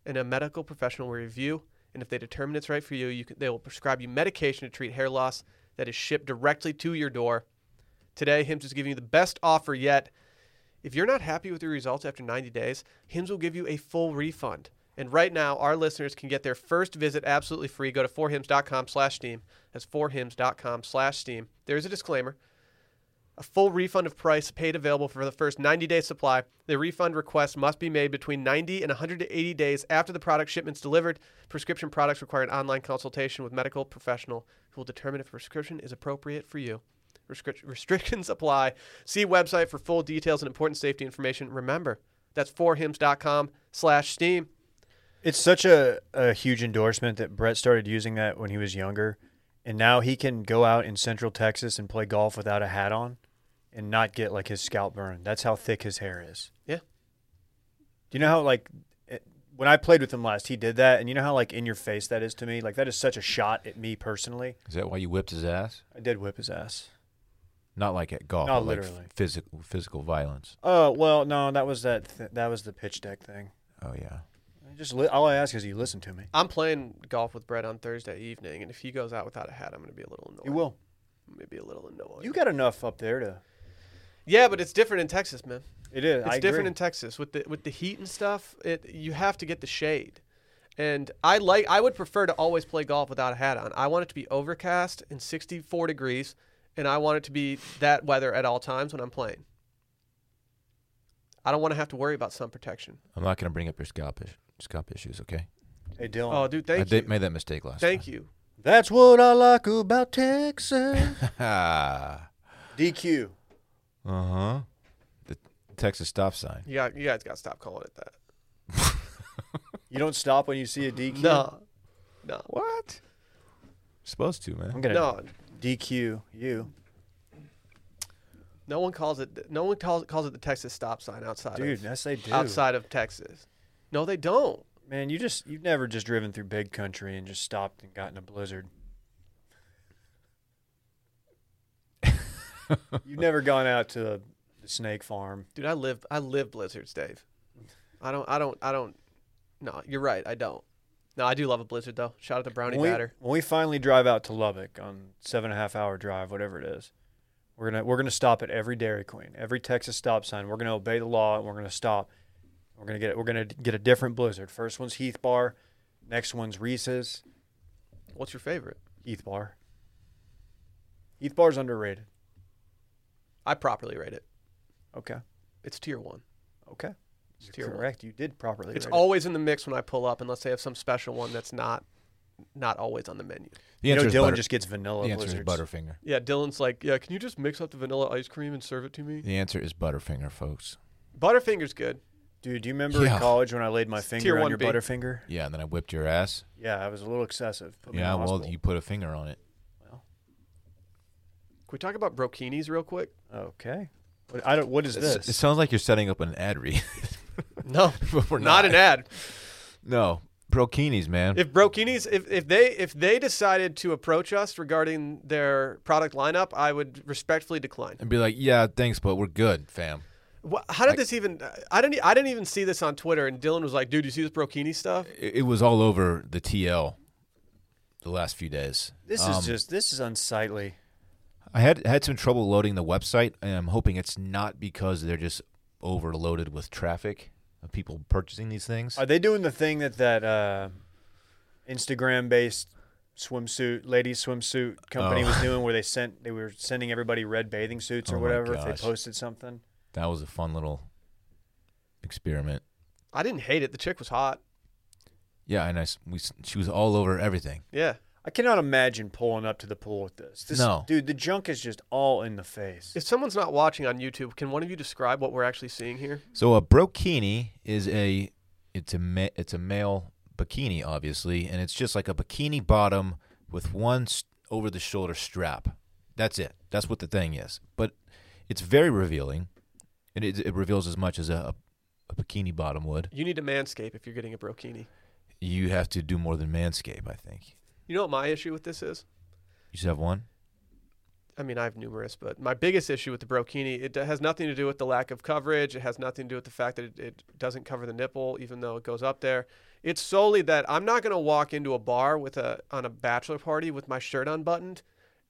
Speaker 1: and a medical professional will review. And if they determine it's right for you, you can, they will prescribe you medication to treat hair loss that is shipped directly to your door. Today, Hims is giving you the best offer yet. If you're not happy with your results after 90 days, Hims will give you a full refund. And right now, our listeners can get their first visit absolutely free. Go to 4hims.com slash steam. That's 4hims.com slash steam. There's a disclaimer. A full refund of price paid available for the first 90-day supply. The refund request must be made between 90 and 180 days after the product shipments delivered. Prescription products require an online consultation with medical professional who will determine if a prescription is appropriate for you. Restric- restrictions apply. See website for full details and important safety information. Remember, that's forhims.com slash steam.
Speaker 2: It's such a, a huge endorsement that Brett started using that when he was younger. And now he can go out in central Texas and play golf without a hat on and not get like his scalp burned. That's how thick his hair is.
Speaker 1: Yeah.
Speaker 2: Do you know how like it, when I played with him last, he did that. And you know how like in your face that is to me? Like that is such a shot at me personally.
Speaker 3: Is that why you whipped his ass?
Speaker 2: I did whip his ass.
Speaker 3: Not like at golf,
Speaker 2: No,
Speaker 3: but like
Speaker 2: literally.
Speaker 3: physical physical violence.
Speaker 2: Oh, well, no, that was that th- that was the pitch deck thing.
Speaker 3: Oh yeah.
Speaker 2: I just li- all I ask is you listen to me.
Speaker 1: I'm playing golf with Brett on Thursday evening, and if he goes out without a hat, I'm going to be a little annoyed.
Speaker 2: You will.
Speaker 1: Maybe a little annoyed.
Speaker 2: You got enough up there to.
Speaker 1: yeah, but it's different in Texas, man.
Speaker 2: It is.
Speaker 1: It's
Speaker 2: I
Speaker 1: different
Speaker 2: agree.
Speaker 1: in Texas with the with the heat and stuff. It you have to get the shade, and I like I would prefer to always play golf without a hat on. I want it to be overcast and 64 degrees, and I want it to be that weather at all times when I'm playing. I don't want to have to worry about sun protection.
Speaker 3: I'm not gonna bring up your scalp is- scalp issues, okay?
Speaker 2: Hey Dylan.
Speaker 1: Oh, dude,
Speaker 3: I
Speaker 1: thank
Speaker 3: did
Speaker 1: you,
Speaker 3: made that mistake last
Speaker 1: thank you.
Speaker 2: That's what I like about Texas.
Speaker 3: time. (laughs) Ha
Speaker 2: DQ.
Speaker 3: Uh huh. The Texas stop sign.
Speaker 1: You got you guys got to stop calling it that.
Speaker 2: You don't stop when you see a DQ.
Speaker 1: No, no,
Speaker 3: What? Supposed to, man.
Speaker 2: I'm gonna
Speaker 1: no,
Speaker 2: DQ you,
Speaker 1: no one calls it. No one calls calls it the Texas stop sign outside
Speaker 2: dude.
Speaker 1: of
Speaker 2: Yes, they do.
Speaker 1: outside of Texas. No, they don't.
Speaker 2: Man, you just you've never just driven through big country and just stopped and gotten a blizzard.
Speaker 3: (laughs)
Speaker 2: you've never gone out to the, the snake farm.
Speaker 1: Dude, I live I live blizzards, Dave. I don't I don't I don't No, you're right, I don't. No, I do love a blizzard though. Shout out to Brownie
Speaker 2: when we,
Speaker 1: Batter.
Speaker 2: when we finally drive out to Lubbock on seven and a half hour drive, whatever it is, we're gonna we're gonna stop at every Dairy Queen, every Texas stop sign. We're gonna obey the law and we're gonna stop. We're gonna get we're gonna get a different Blizzard. First one's Heath Bar, next one's Reese's.
Speaker 1: What's your favorite?
Speaker 2: Heath Bar. Heath Bar's underrated.
Speaker 1: I properly rate it.
Speaker 2: Okay,
Speaker 1: It's tier one.
Speaker 2: okay,
Speaker 1: It's tier
Speaker 2: you're correct. You did properly.
Speaker 1: one. It's
Speaker 2: rate it.
Speaker 1: always in the mix when I pull up unless they have some special one that's not not always on the menu.
Speaker 3: The
Speaker 2: You know,
Speaker 3: answer
Speaker 2: Dylan
Speaker 3: is butter-
Speaker 2: just gets vanilla
Speaker 3: the answer
Speaker 2: Blizzards.
Speaker 3: is Butterfinger.
Speaker 1: Yeah, Dylan's like, Yeah, can you just mix up the vanilla ice cream and serve it to me?
Speaker 3: The answer is Butterfinger, folks.
Speaker 1: Butterfinger's good.
Speaker 2: Dude, do you remember
Speaker 3: Yeah.
Speaker 2: in college when I laid my
Speaker 1: It's tier
Speaker 2: finger on
Speaker 1: one
Speaker 2: your
Speaker 1: B.
Speaker 2: Butterfinger?
Speaker 3: Yeah, and then I whipped your ass.
Speaker 2: Yeah, I was a little excessive. Put me in
Speaker 3: yeah,
Speaker 2: the
Speaker 3: well,
Speaker 2: hospital.
Speaker 3: you put a finger on it.
Speaker 1: Can we talk about brokinis real quick?
Speaker 2: Okay. What, I don't. What is
Speaker 3: It's- It
Speaker 2: this?
Speaker 3: sounds like you're setting up an ad read. (laughs)
Speaker 2: (laughs)
Speaker 1: No,
Speaker 3: but we're
Speaker 1: not an ad.
Speaker 3: No, brokinis, man.
Speaker 1: If brokinis, if, if they if they decided to approach us regarding their product lineup, I would respectfully decline.
Speaker 3: and be like, yeah, thanks, but we're good, fam.
Speaker 1: Wha how did this even? I didn't. I didn't even see this on Twitter. And Dylan was like, "Dude, you see this brokini stuff?"
Speaker 3: It, it was all over the TL the last few days.
Speaker 2: This
Speaker 3: Um,
Speaker 2: is just. This is unsightly.
Speaker 3: I had had some trouble loading the website, and I'm hoping it's not because they're just overloaded with traffic of people purchasing these things.
Speaker 2: Are they doing the thing that that uh, Instagram-based swimsuit ladies swimsuit company
Speaker 3: Oh. (laughs)
Speaker 2: was doing, where they sent they were sending everybody red bathing suits or
Speaker 3: Oh my
Speaker 2: whatever if they
Speaker 3: gosh.
Speaker 2: posted something?
Speaker 3: that was a fun little experiment.
Speaker 1: I didn't hate it. The chick was hot.
Speaker 3: Yeah, and I s- we s- she was all over everything.
Speaker 1: Yeah.
Speaker 2: I cannot imagine pulling up to the pool with this. this
Speaker 3: No.
Speaker 2: dude, the junk is just all in the face.
Speaker 1: If someone's not watching on YouTube, can one of you describe what we're actually seeing here?
Speaker 3: So a brokini is a it's a ma- it's a male bikini, obviously, and it's just like a bikini bottom with one s over the shoulder strap. That's it. That's what the thing is. But it's very revealing, and it, it reveals as much as a, a bikini bottom would.
Speaker 1: You need a manscape if you're getting a brokini.
Speaker 3: You have to do more than manscape, I think.
Speaker 1: You know what my issue with this is?
Speaker 3: You should have one.
Speaker 1: I mean, I have numerous, but my biggest issue with the brokini, it has nothing to do with the lack of coverage. It has nothing to do with the fact that it, it doesn't cover the nipple, even though it goes up there. It's solely that I'm not going to walk into a bar with a on a bachelor party with my shirt unbuttoned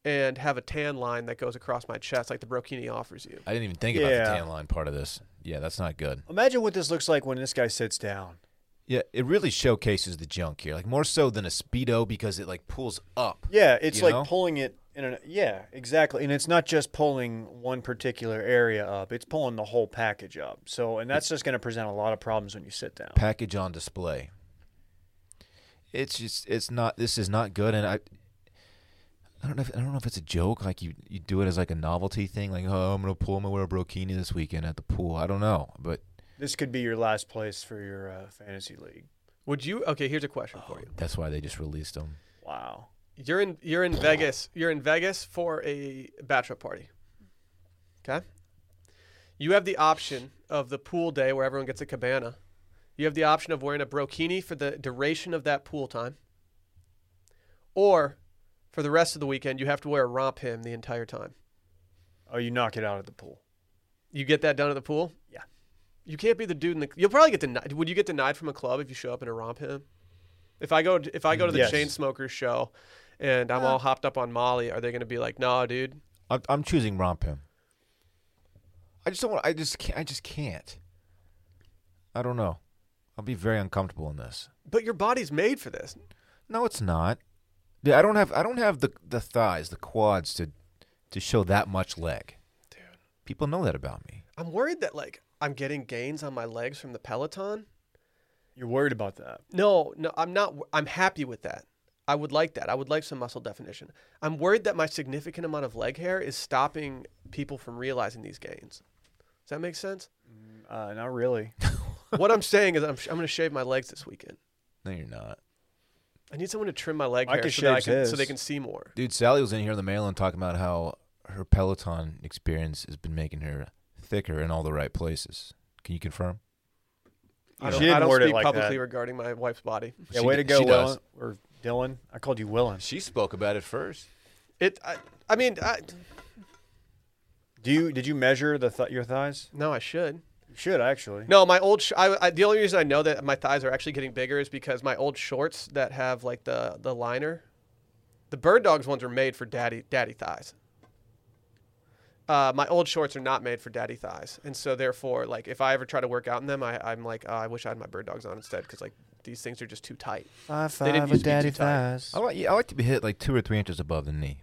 Speaker 1: and have a tan line that goes across my chest like the brokini offers you.
Speaker 3: I didn't even think
Speaker 2: Yeah.
Speaker 3: about the tan line part of this. Yeah, that's not good.
Speaker 2: Imagine what this looks like when this guy sits down.
Speaker 3: Yeah, it really showcases the junk here, like more so than a speedo because it like pulls up.
Speaker 2: Yeah, it's
Speaker 3: You
Speaker 2: like
Speaker 3: know?
Speaker 2: pulling it in an yeah, exactly. And it's not just pulling one particular area up; it's pulling the whole package up. So, and that's just going to present a lot of problems when you sit down.
Speaker 3: package on display. It's just it's not this is not good and I I don't know if, I don't know if it's a joke like you you do it as like a novelty thing like oh I'm going to pull I'm gonna wear a brokini this weekend at the pool. I don't know, but
Speaker 2: This could be your last place for your uh, fantasy league.
Speaker 1: Would you? Okay, here's a question for you.
Speaker 3: that's why they just released them.
Speaker 2: Wow.
Speaker 1: You're in you're in Vegas. You're in Vegas for a bachelor party. Okay? You have the option of the pool day where everyone gets a cabana. You have the option of wearing a brokini for the duration of that pool time. Or for the rest of the weekend you have to wear a romp him the entire time.
Speaker 2: Oh, you knock it out of the pool.
Speaker 1: You get that done at the pool?
Speaker 2: Yeah.
Speaker 1: You can't be the dude in the You'll probably get denied. Would you get denied from a club if you show up in a romp him? If I go if I go to the
Speaker 2: Yes.
Speaker 1: chain smokers show and I'm all hopped up on Molly, are they going to be like, "Nah, dude,
Speaker 3: I'm, I'm choosing romp him. I just don't want I just can't, I just can't. I don't know. I'll be very uncomfortable in this.
Speaker 1: But your body's made for this.
Speaker 3: No, it's not. Dude, I don't have I don't have the the thighs, the quads to to show that much leg.
Speaker 1: Dude.
Speaker 3: People know that about me.
Speaker 1: I'm worried that like I'm getting gains on my legs from the Peloton.
Speaker 2: You're worried about that.
Speaker 1: No, no, I'm not I'm happy with that. I would like that. I would like some muscle definition. I'm worried that my significant amount of leg hair is stopping people from realizing these gains. Does that make sense?
Speaker 2: Uh, not
Speaker 3: (laughs)
Speaker 2: really.
Speaker 1: what I'm saying is I'm, sh- I'm going to shave my legs this weekend.
Speaker 3: No, you're not.
Speaker 1: I need someone to trim my leg
Speaker 2: I
Speaker 1: hair
Speaker 2: could
Speaker 1: so, that I
Speaker 2: shave
Speaker 1: can, so
Speaker 2: his.
Speaker 1: they can see more.
Speaker 3: Dude, Sally was in here on the mail and talking about how her Peloton experience has been making her thicker in all the right places. Can you confirm?
Speaker 1: I
Speaker 2: She
Speaker 1: don't,
Speaker 2: didn't
Speaker 1: I don't
Speaker 2: word it
Speaker 1: speak
Speaker 2: like
Speaker 1: publicly
Speaker 2: that.
Speaker 1: regarding my wife's body.
Speaker 2: Yeah,
Speaker 3: She
Speaker 2: way to
Speaker 3: d-
Speaker 2: go,
Speaker 3: she
Speaker 2: Willen.
Speaker 3: does.
Speaker 2: Or Dylan. I called you Willen.
Speaker 3: She spoke about it first.
Speaker 1: It I, I mean, I,
Speaker 2: Do you did you measure the th- your thighs?
Speaker 1: no, I should.
Speaker 2: You should actually.
Speaker 1: No, my old. Sh- I, I, the only reason I know that my thighs are actually getting bigger is because my old shorts that have like the the liner, the bird dogs ones are made for daddy daddy thighs. Uh, my old shorts are not made for daddy thighs, and so therefore, like if I ever try to work out in them, I, I'm like, oh, I wish I had my bird dogs on instead because like these things are just too tight.
Speaker 2: Five
Speaker 1: They didn't
Speaker 2: five
Speaker 1: used
Speaker 2: with
Speaker 1: to be
Speaker 2: daddy
Speaker 1: too tight.
Speaker 2: thighs.
Speaker 3: I like yeah, I like to be hit like two or three inches above the knee.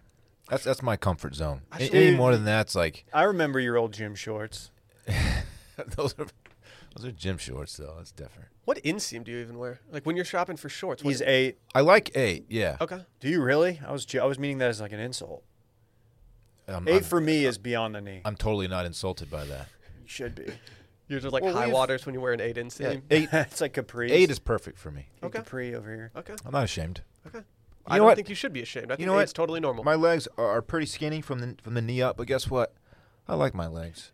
Speaker 3: That's that's my comfort zone.
Speaker 1: I
Speaker 3: A-
Speaker 1: should-
Speaker 3: Any more than that's like (laughs)
Speaker 2: I remember your old gym shorts.
Speaker 3: those are those are gym shorts though. That's different.
Speaker 1: What inseam do you even wear? Like when you're shopping for shorts? What
Speaker 2: He's eight.
Speaker 3: I like eight. Yeah.
Speaker 1: okay.
Speaker 2: Do you really? I was ju- I was meaning that as like an insult.
Speaker 3: I'm,
Speaker 2: 8
Speaker 3: Um, I'm-
Speaker 2: for me is beyond the knee.
Speaker 3: I'm totally not insulted by that.
Speaker 2: You should be.
Speaker 1: You're just like
Speaker 3: Well,
Speaker 1: high
Speaker 3: we've-
Speaker 1: waters when you wear an eight inseam.
Speaker 3: Eight
Speaker 2: (laughs) it's like capri.
Speaker 3: eight is perfect for me.
Speaker 2: Big
Speaker 1: Okay.
Speaker 2: capri over here.
Speaker 1: Okay.
Speaker 3: I'm not ashamed.
Speaker 1: Okay. I
Speaker 3: know
Speaker 1: don't
Speaker 3: what?
Speaker 1: think you should be ashamed. I think
Speaker 3: know what?
Speaker 1: it's totally normal.
Speaker 3: My legs are, are pretty skinny from the from the knee up, but guess what? I like my legs,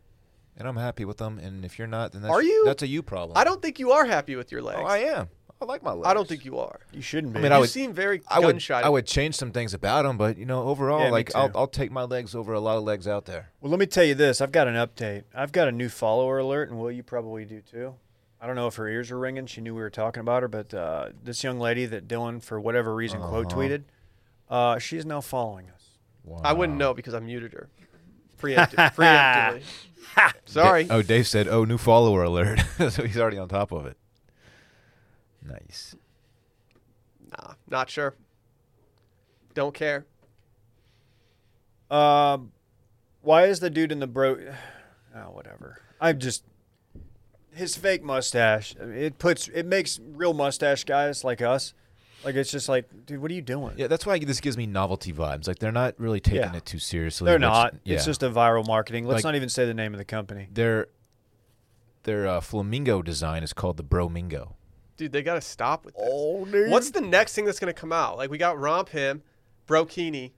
Speaker 3: and I'm happy with them. And if you're not, then that's,
Speaker 1: Are you?
Speaker 3: That's a you problem.
Speaker 1: I don't think you are happy with your legs.
Speaker 3: Oh, I am. I like my legs.
Speaker 1: I don't think you are.
Speaker 2: You shouldn't be.
Speaker 3: mean,
Speaker 1: you
Speaker 3: I would-
Speaker 1: seem very
Speaker 3: I
Speaker 1: gun
Speaker 3: would.
Speaker 1: shy.
Speaker 3: I would change some things about them, but you know, overall,
Speaker 2: Yeah, me
Speaker 3: like I'll,
Speaker 2: too.
Speaker 3: I'll take my legs over a lot of legs out there.
Speaker 2: well, let me tell you this. I've got an update. I've got a new follower alert, and Will, you probably do too. I don't know if her ears were ringing. She knew we were talking about her, but uh, this young lady that Dylan, for whatever reason, quote
Speaker 3: Uh-huh.
Speaker 2: tweeted, uh, she is now following us.
Speaker 3: Wow.
Speaker 1: I wouldn't know because I muted
Speaker 3: (laughs)
Speaker 1: her. Preemptive, preemptively. Sorry.
Speaker 3: Da- oh, Dave said, "Oh, new follower alert." (laughs) so he's already on top of it. Nice.
Speaker 1: Nah, not sure. Don't care.
Speaker 2: Um, why is the dude in the bro? (sighs) Oh, whatever. I'm just his fake mustache. It puts it makes real mustache guys like us. Like it's just like, dude, what are you doing?
Speaker 3: Yeah, that's why this gives me novelty vibes. Like they're not really taking
Speaker 2: Yeah.
Speaker 3: it too seriously.
Speaker 2: They're
Speaker 3: which-
Speaker 2: not.
Speaker 3: Yeah.
Speaker 2: It's just a viral marketing. Let's
Speaker 3: Like-
Speaker 2: not even say the name of the company.
Speaker 3: their their uh, flamingo design is called the Bromingo.
Speaker 1: Dude, they got to stop with this.
Speaker 3: Oh, dude.
Speaker 1: What's the next thing that's going to come out? Like, we got Romp Him, Brokini.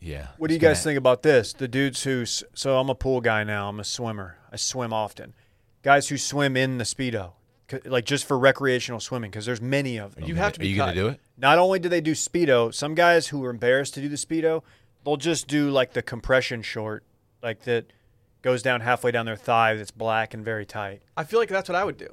Speaker 3: Yeah.
Speaker 2: What do you
Speaker 3: it's gonna-
Speaker 2: guys think about this? The dudes who s- so I'm a pool guy now. I'm a swimmer. I swim often. Guys who swim in the speedo, c- like just for recreational swimming, because there's many of them.
Speaker 1: You have to
Speaker 3: Oh Are
Speaker 1: be
Speaker 3: you gonna
Speaker 1: cut.
Speaker 3: do it?
Speaker 2: Not only do they do speedo, some guys who are embarrassed to do the speedo, they'll just do like the compression short, like that goes down halfway down their thigh. That's black and very tight.
Speaker 1: I feel like that's what I would do.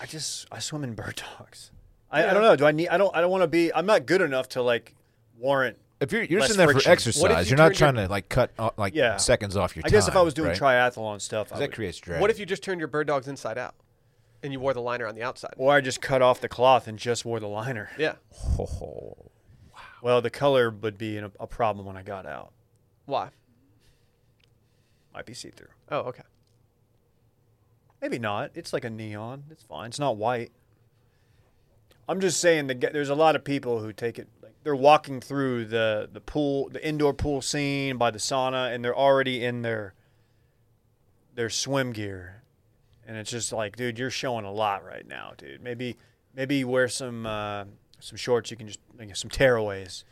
Speaker 2: I just I swim in bird dogs. I, I
Speaker 1: Yeah.
Speaker 2: don't know. Do I need? I don't. I don't want to be. I'm not good enough to like warrant.
Speaker 3: If you're you're
Speaker 2: Less
Speaker 3: sitting there
Speaker 2: friction.
Speaker 3: for
Speaker 2: What if
Speaker 3: exercise,
Speaker 1: you
Speaker 3: you are not
Speaker 1: turned
Speaker 3: trying to like cut uh, like
Speaker 2: Yeah.
Speaker 3: seconds off
Speaker 2: I
Speaker 3: your time.
Speaker 2: guess if I was doing
Speaker 3: right?
Speaker 2: triathlon stuff, I
Speaker 3: that
Speaker 2: would-
Speaker 3: creates drag.
Speaker 1: What if you just turned your bird dogs inside out and you wore the liner on the outside?
Speaker 2: or I just cut off the cloth and just wore the liner.
Speaker 1: Yeah.
Speaker 3: Oh,
Speaker 2: Well, the color would be an, a problem when I got out.
Speaker 1: Why?
Speaker 2: Might be see through.
Speaker 1: Oh, okay.
Speaker 2: Maybe not. It's like a neon. It's fine. It's not white. I'm just saying that there's a lot of people who take it. Like they're walking through the the pool, the indoor pool scene by the sauna, and they're already in their their swim gear, and it's just like, dude, you're showing a lot right now, dude. Maybe maybe you wear some uh, some shorts. You can just like, some tearaways.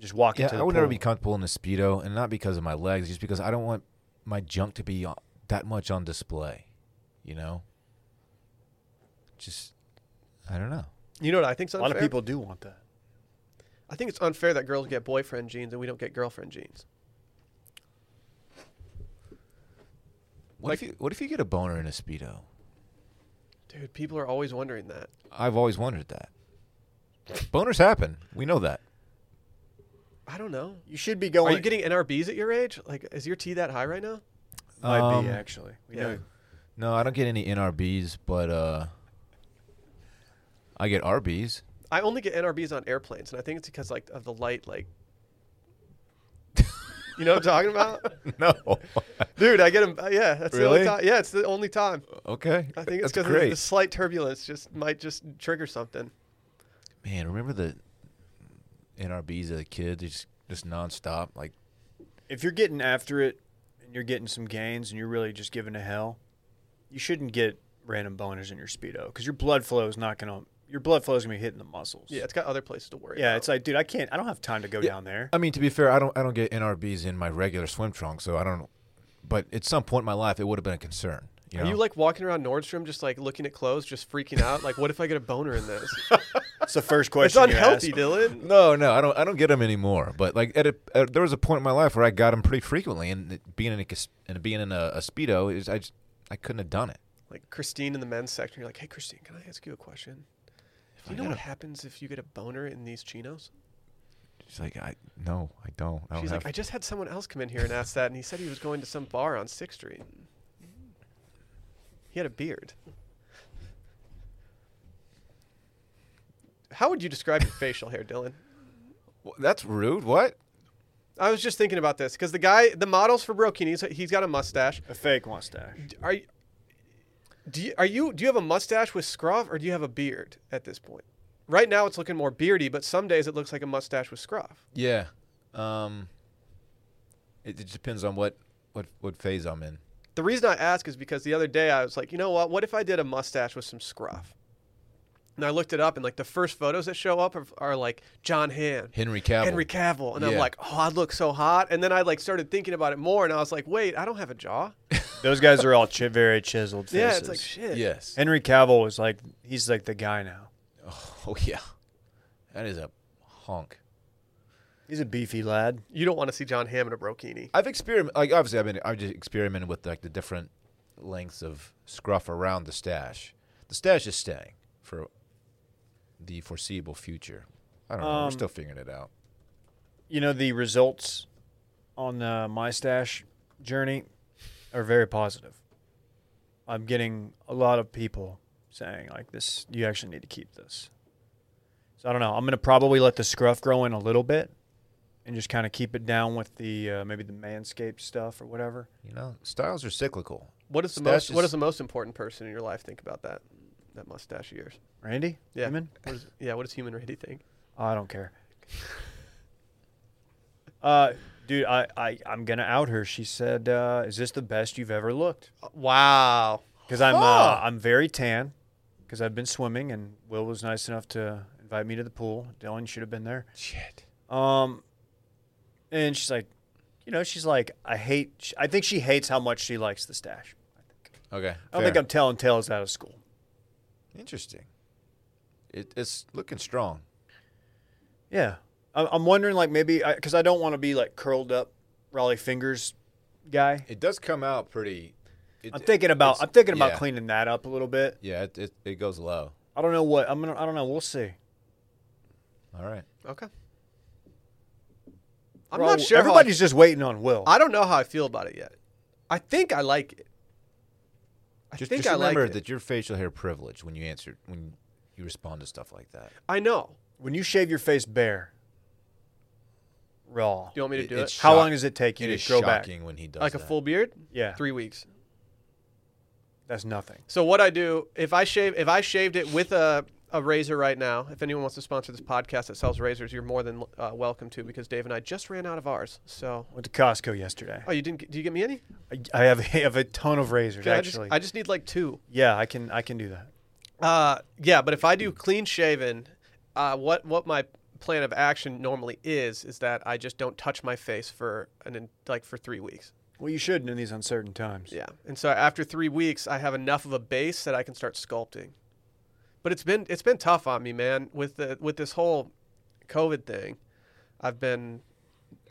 Speaker 2: Just walk
Speaker 3: yeah,
Speaker 2: into the
Speaker 3: I would
Speaker 2: pool.
Speaker 3: never be comfortable in a speedo, and not because of my legs, just because I don't want my junk to be on- that much on display. You know. Just, I don't know.
Speaker 1: You know what I think's
Speaker 2: a
Speaker 1: unfair?
Speaker 2: lot of people do want that.
Speaker 1: I think it's unfair that girls get boyfriend jeans and we don't get girlfriend jeans.
Speaker 3: What if you what if you get a boner in a speedo?
Speaker 1: Dude, people are always wondering that.
Speaker 3: I've always wondered that. Boners happen. We know that.
Speaker 1: I don't know.
Speaker 2: You should be
Speaker 1: Are
Speaker 2: going.
Speaker 1: you getting NRBs at your age? Like, is your T that high right now?
Speaker 2: Might
Speaker 3: Um,
Speaker 2: be actually. We
Speaker 1: yeah.
Speaker 2: know-
Speaker 3: No, I don't get any NRBs, but uh I get RBs.
Speaker 1: I only get NRBs on airplanes, and I think it's because like of the light, like. (laughs) you know what I'm talking about,
Speaker 3: (laughs) (laughs) No.
Speaker 1: dude? I get them. Yeah, that's
Speaker 3: Really?
Speaker 1: the only time. Yeah, it's the only time.
Speaker 3: okay.
Speaker 1: I think it's
Speaker 3: That's
Speaker 1: because
Speaker 3: great.
Speaker 1: the slight turbulence just might just trigger something.
Speaker 3: Man, remember the NRBs as a kid? They just just nonstop. Like
Speaker 2: if you're getting after it and you're getting some gains and you're really just giving a hell, you shouldn't get random boners in your speedo because your blood flow is not gonna your blood flow is gonna be hitting the muscles.
Speaker 1: Yeah, it's got other places to worry.
Speaker 2: yeah.
Speaker 1: about.
Speaker 2: It's like, dude, I can't. I don't have time to go down there.
Speaker 3: I mean, to be fair, I don't I don't get NRBs in my regular swim trunks, so I don't. But at some point in my life, it would have been a concern. You
Speaker 1: Are
Speaker 3: know?
Speaker 1: you like walking around Nordstrom just like looking at clothes, just freaking out? Like, what if I get a boner in
Speaker 3: (laughs)
Speaker 1: this?
Speaker 2: It's the
Speaker 1: (laughs)
Speaker 2: first
Speaker 1: it's
Speaker 2: question. you
Speaker 1: unhealthy,
Speaker 2: ask.
Speaker 1: Dylan.
Speaker 3: No, no, I don't. I don't get them anymore. But like at a, uh there was a point in my life where I got them pretty frequently, and it- being in a cas- and being in a, a speedo is I just I couldn't have done it.
Speaker 1: Like Christine in the men's section, you're like, hey, Christine, can I ask you a question? Do you
Speaker 3: I
Speaker 1: know
Speaker 3: got
Speaker 1: what
Speaker 3: a-
Speaker 1: happens if you get a boner in these chinos?
Speaker 3: She's like, I no, I don't. I don't
Speaker 1: She's
Speaker 3: have.
Speaker 1: like, I just had someone else come in here and ask that, and he said he was going to some bar on Sixth Street. He had a beard. How would you describe your facial hair, Dylan?
Speaker 3: Wha- that's rude. What?
Speaker 1: I was just thinking about this because the guy, the models for Brokini, he's got a mustache.
Speaker 2: A fake mustache.
Speaker 1: Are you, do you, are you do you have a mustache with scruff or do you have a beard at this point? Right now, it's looking more beardy, but some days it looks like a mustache with scruff.
Speaker 3: Yeah. Um. It, it depends on what what what phase I'm in.
Speaker 1: The reason I ask is because the other day I was like, you know what? What if I did a mustache with some scruff? And I looked it up, and like the first photos that show up are, are like John Hamm,
Speaker 3: Henry Cavill.
Speaker 1: Henry Cavill, and I'm
Speaker 3: Yeah.
Speaker 1: like, oh, I look so hot. And then I like started thinking about it more, and I was like, wait, I don't have a jaw.
Speaker 2: Those guys are all chi- very chiseled faces.
Speaker 1: yeah, it's like shit.
Speaker 3: Yes.
Speaker 2: Henry Cavill is like he's like the guy now.
Speaker 3: Oh (laughs) yeah. That is a honk.
Speaker 2: He's a beefy lad.
Speaker 1: You don't want to see John Hamm in a brokini.
Speaker 3: I've experimented. Like obviously, I've been I've just experimented with like the different lengths of scruff around the stash. The stash is staying for the foreseeable future. I don't know. We're
Speaker 2: Um,
Speaker 3: still figuring it out.
Speaker 2: You know the results on the my stash journey are very positive. I'm getting a lot of people saying like this. You actually need to keep this. So I don't know. I'm gonna probably let the scruff grow in a little bit, and just kind of keep it down with the uh, maybe the manscaped stuff or whatever.
Speaker 3: You know, styles are cyclical.
Speaker 1: What is the
Speaker 3: Stash
Speaker 1: most? What
Speaker 3: is-
Speaker 1: is the most important person in your life think about that? That mustache of yours.
Speaker 2: Randy,
Speaker 1: Yeah.
Speaker 2: Neiman?
Speaker 1: What is, yeah. What does human Randy think?
Speaker 2: I don't care. (laughs) Uh, dude, I, I, I'm gonna out her. She said, uh, "Is this the best you've ever looked?"
Speaker 1: Wow.
Speaker 2: Because I'm, uh,
Speaker 3: Huh.
Speaker 2: I'm very tan. Because I've been swimming, and Will was nice enough to invite me to the pool. Dylan should have been there.
Speaker 3: Shit.
Speaker 2: Um, and she's like, you know, she's like, I hate. sh- I think she hates how much she likes the stash.
Speaker 3: Okay.
Speaker 2: I don't think I'm telling tales out of school.
Speaker 3: Interesting. It, it's looking strong.
Speaker 2: Yeah, I, I'm wondering, like, maybe because I, don't want to be like curled up, Raleigh fingers guy.
Speaker 3: It does come out pretty. It,
Speaker 2: I'm thinking about
Speaker 3: it's-
Speaker 2: I'm thinking about
Speaker 3: yeah.
Speaker 2: cleaning that up a little bit.
Speaker 3: Yeah, it, it, it goes low.
Speaker 2: I don't know what I'm gonna. I don't know. We'll see.
Speaker 3: All right.
Speaker 1: Okay. I'm
Speaker 2: We're all-
Speaker 1: not sure. how I-
Speaker 2: Everybody's just waiting on Will.
Speaker 1: I don't know how I feel about it yet. I think I like it. I
Speaker 3: Just,
Speaker 1: think
Speaker 3: just
Speaker 1: I like
Speaker 3: remember
Speaker 1: it.
Speaker 3: that your facial hair privilege when you answer when you respond to stuff like that.
Speaker 1: I know.
Speaker 2: when you shave your face bare, raw.
Speaker 1: Do you want me to
Speaker 3: It-
Speaker 1: do
Speaker 3: it's
Speaker 1: it?
Speaker 2: How
Speaker 3: shock-
Speaker 2: long does it take you
Speaker 3: It
Speaker 2: to
Speaker 3: is
Speaker 2: grow
Speaker 3: shocking when he does
Speaker 1: Like a
Speaker 3: that.
Speaker 1: full beard?
Speaker 2: back? Yeah,
Speaker 1: Three weeks.
Speaker 2: that's nothing.
Speaker 1: So what I do if I shave if I shaved it with a a razor right now, if anyone wants to sponsor this podcast that sells razors, you're more than uh, welcome to because Dave and I just ran out of ours. So
Speaker 2: Went to Costco yesterday.
Speaker 1: oh, you didn't? get- Do you get me any?
Speaker 2: I, I have (laughs) I have a ton of razors
Speaker 1: Okay, I just
Speaker 2: actually.
Speaker 1: I just need like two.
Speaker 2: yeah, I can I can do that.
Speaker 1: Uh, yeah, but if I do clean shaven, uh, what what my plan of action normally is is that I just don't touch my face for an en- like for three weeks.
Speaker 2: Well, you should in these uncertain times.
Speaker 1: Yeah, and so after three weeks, I have enough of a base that I can start sculpting. But it's been it's been tough on me, man. With the with this whole COVID thing, I've been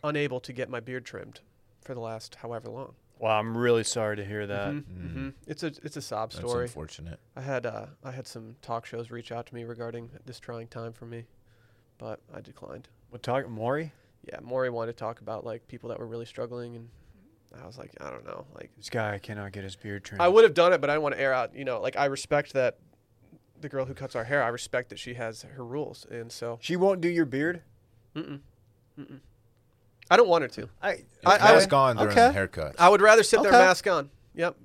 Speaker 1: unable to get my beard trimmed for the last however long.
Speaker 2: Well, I'm really sorry to hear that.
Speaker 1: Mm-hmm. It's a it's a sob
Speaker 3: That's
Speaker 1: story.
Speaker 3: unfortunate.
Speaker 1: I had uh, I had some talk shows reach out to me regarding this trying time for me, but I declined.
Speaker 2: What talk, Maury?
Speaker 1: Yeah, Maury wanted to talk about like people that were really struggling, and I was like, I don't know. Like,
Speaker 2: This guy cannot get his beard trimmed.
Speaker 1: I would have done it, but I want to air out. You know, like I respect that the girl who cuts our hair. I respect that she has her rules, and so
Speaker 2: She won't do your beard.
Speaker 1: I don't want her to.
Speaker 2: I
Speaker 1: I-
Speaker 3: It's
Speaker 1: I-
Speaker 3: mask on during
Speaker 2: okay.
Speaker 3: haircuts.
Speaker 1: I would rather sit there
Speaker 2: Okay.
Speaker 1: mask on. Yep.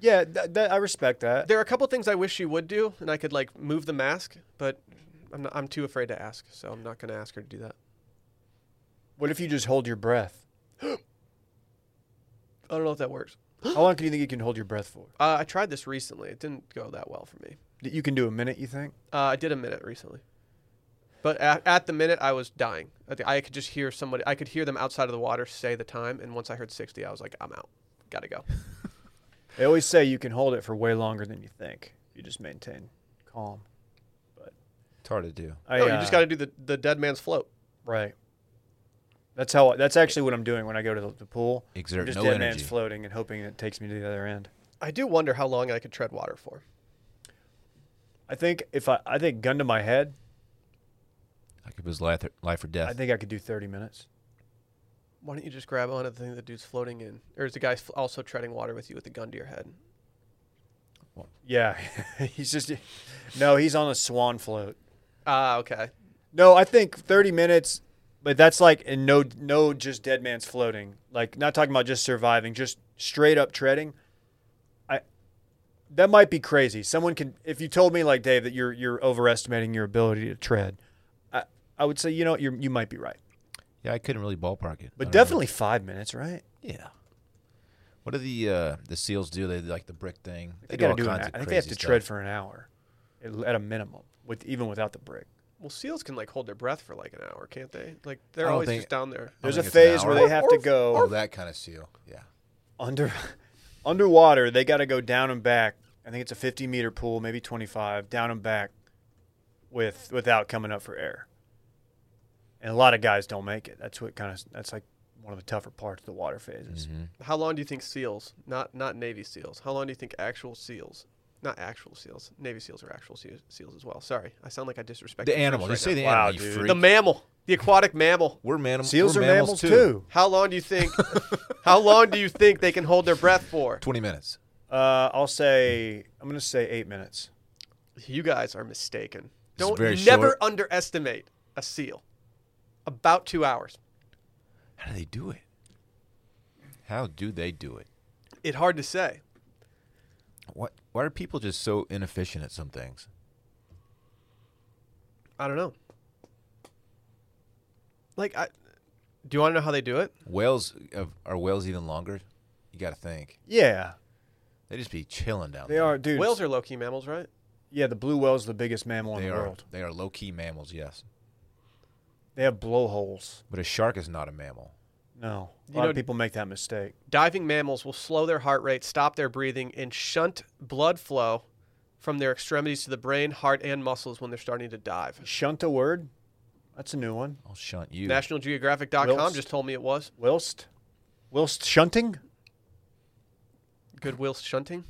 Speaker 2: yeah, th- that, I respect that.
Speaker 1: There are a couple things I wish she would do, and I could like move the mask, but I'm not, I'm too afraid to ask, so I'm not going to ask her to do that.
Speaker 2: What if you just hold your breath?
Speaker 1: I don't know if that works.
Speaker 2: How long do you think you can hold your breath for?
Speaker 1: Uh, I tried this recently. It didn't go that well for me.
Speaker 2: That You can do a minute, you think?
Speaker 1: Uh, I did a minute recently, but at, at the minute I was dying. I thi- I could just hear somebody. I could hear them outside of the water say the time, and once I heard sixty, I was like, I'm out. Gotta go.
Speaker 2: They always say you can hold it for way longer than you think. You just maintain calm.
Speaker 3: it's hard to do.
Speaker 2: I,
Speaker 1: no, you just
Speaker 2: uh,
Speaker 1: got to do the, the dead man's float.
Speaker 2: right. That's how. That's actually what I'm doing when I go to the, the pool. I'm
Speaker 3: Exert
Speaker 2: just
Speaker 3: no
Speaker 2: dead
Speaker 3: energy.
Speaker 2: man's floating and hoping it takes me to the other end.
Speaker 1: I do wonder how long I could tread water for.
Speaker 2: I think if I, I think gun to my head,
Speaker 3: like it was life or, life or death.
Speaker 2: I think I could do 30 minutes.
Speaker 1: Why don't you just grab onto the thing the dude's floating in, or is the guy f- also treading water with you with a gun to your head?
Speaker 2: Yeah, (laughs) he's just. No, he's on a swan float.
Speaker 1: Ah, okay.
Speaker 2: No, I think 30 minutes, but that's like and no no just dead man's floating. Like not talking about just surviving, just straight up treading. I that might be crazy. Someone can if you told me like Dave that you're you're overestimating your ability to tread. I I would say you know you you might be right.
Speaker 3: yeah, I couldn't really ballpark it.
Speaker 2: But
Speaker 3: I don't know.
Speaker 2: definitely 5 minutes, right?
Speaker 3: Yeah. What do the uh, the seals do? They do, like the brick thing.
Speaker 2: They
Speaker 3: do
Speaker 2: got
Speaker 3: all
Speaker 2: to do an,
Speaker 3: kinds
Speaker 2: I
Speaker 3: of
Speaker 2: think they have to
Speaker 3: crazy
Speaker 2: tread
Speaker 3: stuff.
Speaker 2: for an hour. at a minimum, with even without the brick.
Speaker 1: Well, seals can like hold their breath for like an hour, can't they? Like they're
Speaker 3: don't
Speaker 1: always
Speaker 3: think-
Speaker 1: just down there.
Speaker 2: There's a
Speaker 3: think it's an
Speaker 2: phase where
Speaker 3: hour.
Speaker 2: they have to go
Speaker 3: Oh, that kind of seal. Yeah.
Speaker 2: under (laughs) underwater. They got to go down and back. I think it's a 50 meter pool, maybe 25, down and back, with without coming up for air. And a lot of guys don't make it. That's what kind of that's like one of the tougher parts of the water phases.
Speaker 1: How long do you think seals, not not Navy seals? How long do you think actual seals, not actual seals, Navy seals are actual se- seals as well? Sorry, I sound like I disrespect
Speaker 3: The animal. Just say the
Speaker 2: Wow,
Speaker 3: animal. you
Speaker 2: dude.
Speaker 3: freak.
Speaker 1: the mammal, the aquatic mammal.
Speaker 3: we're man-
Speaker 2: Seals
Speaker 3: we're
Speaker 2: are mammals, too.
Speaker 1: How long do you
Speaker 3: (laughs)
Speaker 1: think? how long do you think they can hold their breath for?
Speaker 3: Twenty minutes.
Speaker 2: Uh, I'll say I'm gonna say eight minutes.
Speaker 1: You guys are mistaken.
Speaker 3: This is
Speaker 1: Don't
Speaker 3: very
Speaker 1: never
Speaker 3: short.
Speaker 1: underestimate a seal. About two hours.
Speaker 3: How do they do it? How do they do it?
Speaker 1: It's hard to say.
Speaker 3: What? Why are people just so inefficient at some things?
Speaker 1: I don't know. Like I, do you want to know how they do it?
Speaker 3: Whales uh, are whales even longer? You got to think
Speaker 2: Yeah,
Speaker 3: they just be chilling down
Speaker 2: they
Speaker 3: there.
Speaker 2: are, dude.
Speaker 1: Whales are low key mammals, right?
Speaker 2: Yeah, the blue whale's the biggest mammal
Speaker 3: They
Speaker 2: in the
Speaker 3: are.
Speaker 2: world.
Speaker 3: They are low key mammals. Yes,
Speaker 2: They have blowholes.
Speaker 3: but a shark is not a mammal.
Speaker 2: No, a
Speaker 1: You
Speaker 2: lot
Speaker 1: know-
Speaker 2: of people make that mistake.
Speaker 1: Diving mammals will slow their heart rate, stop their breathing, and shunt blood flow from their extremities to the brain, heart, and muscles when they're starting to dive.
Speaker 2: Shunt a word. That's a new one.
Speaker 3: I'll shunt you.
Speaker 1: NationalGeographic.com
Speaker 2: Whilst.
Speaker 1: just told me it was.
Speaker 2: Whilst, whilst shunting.
Speaker 1: Goodwill shunting.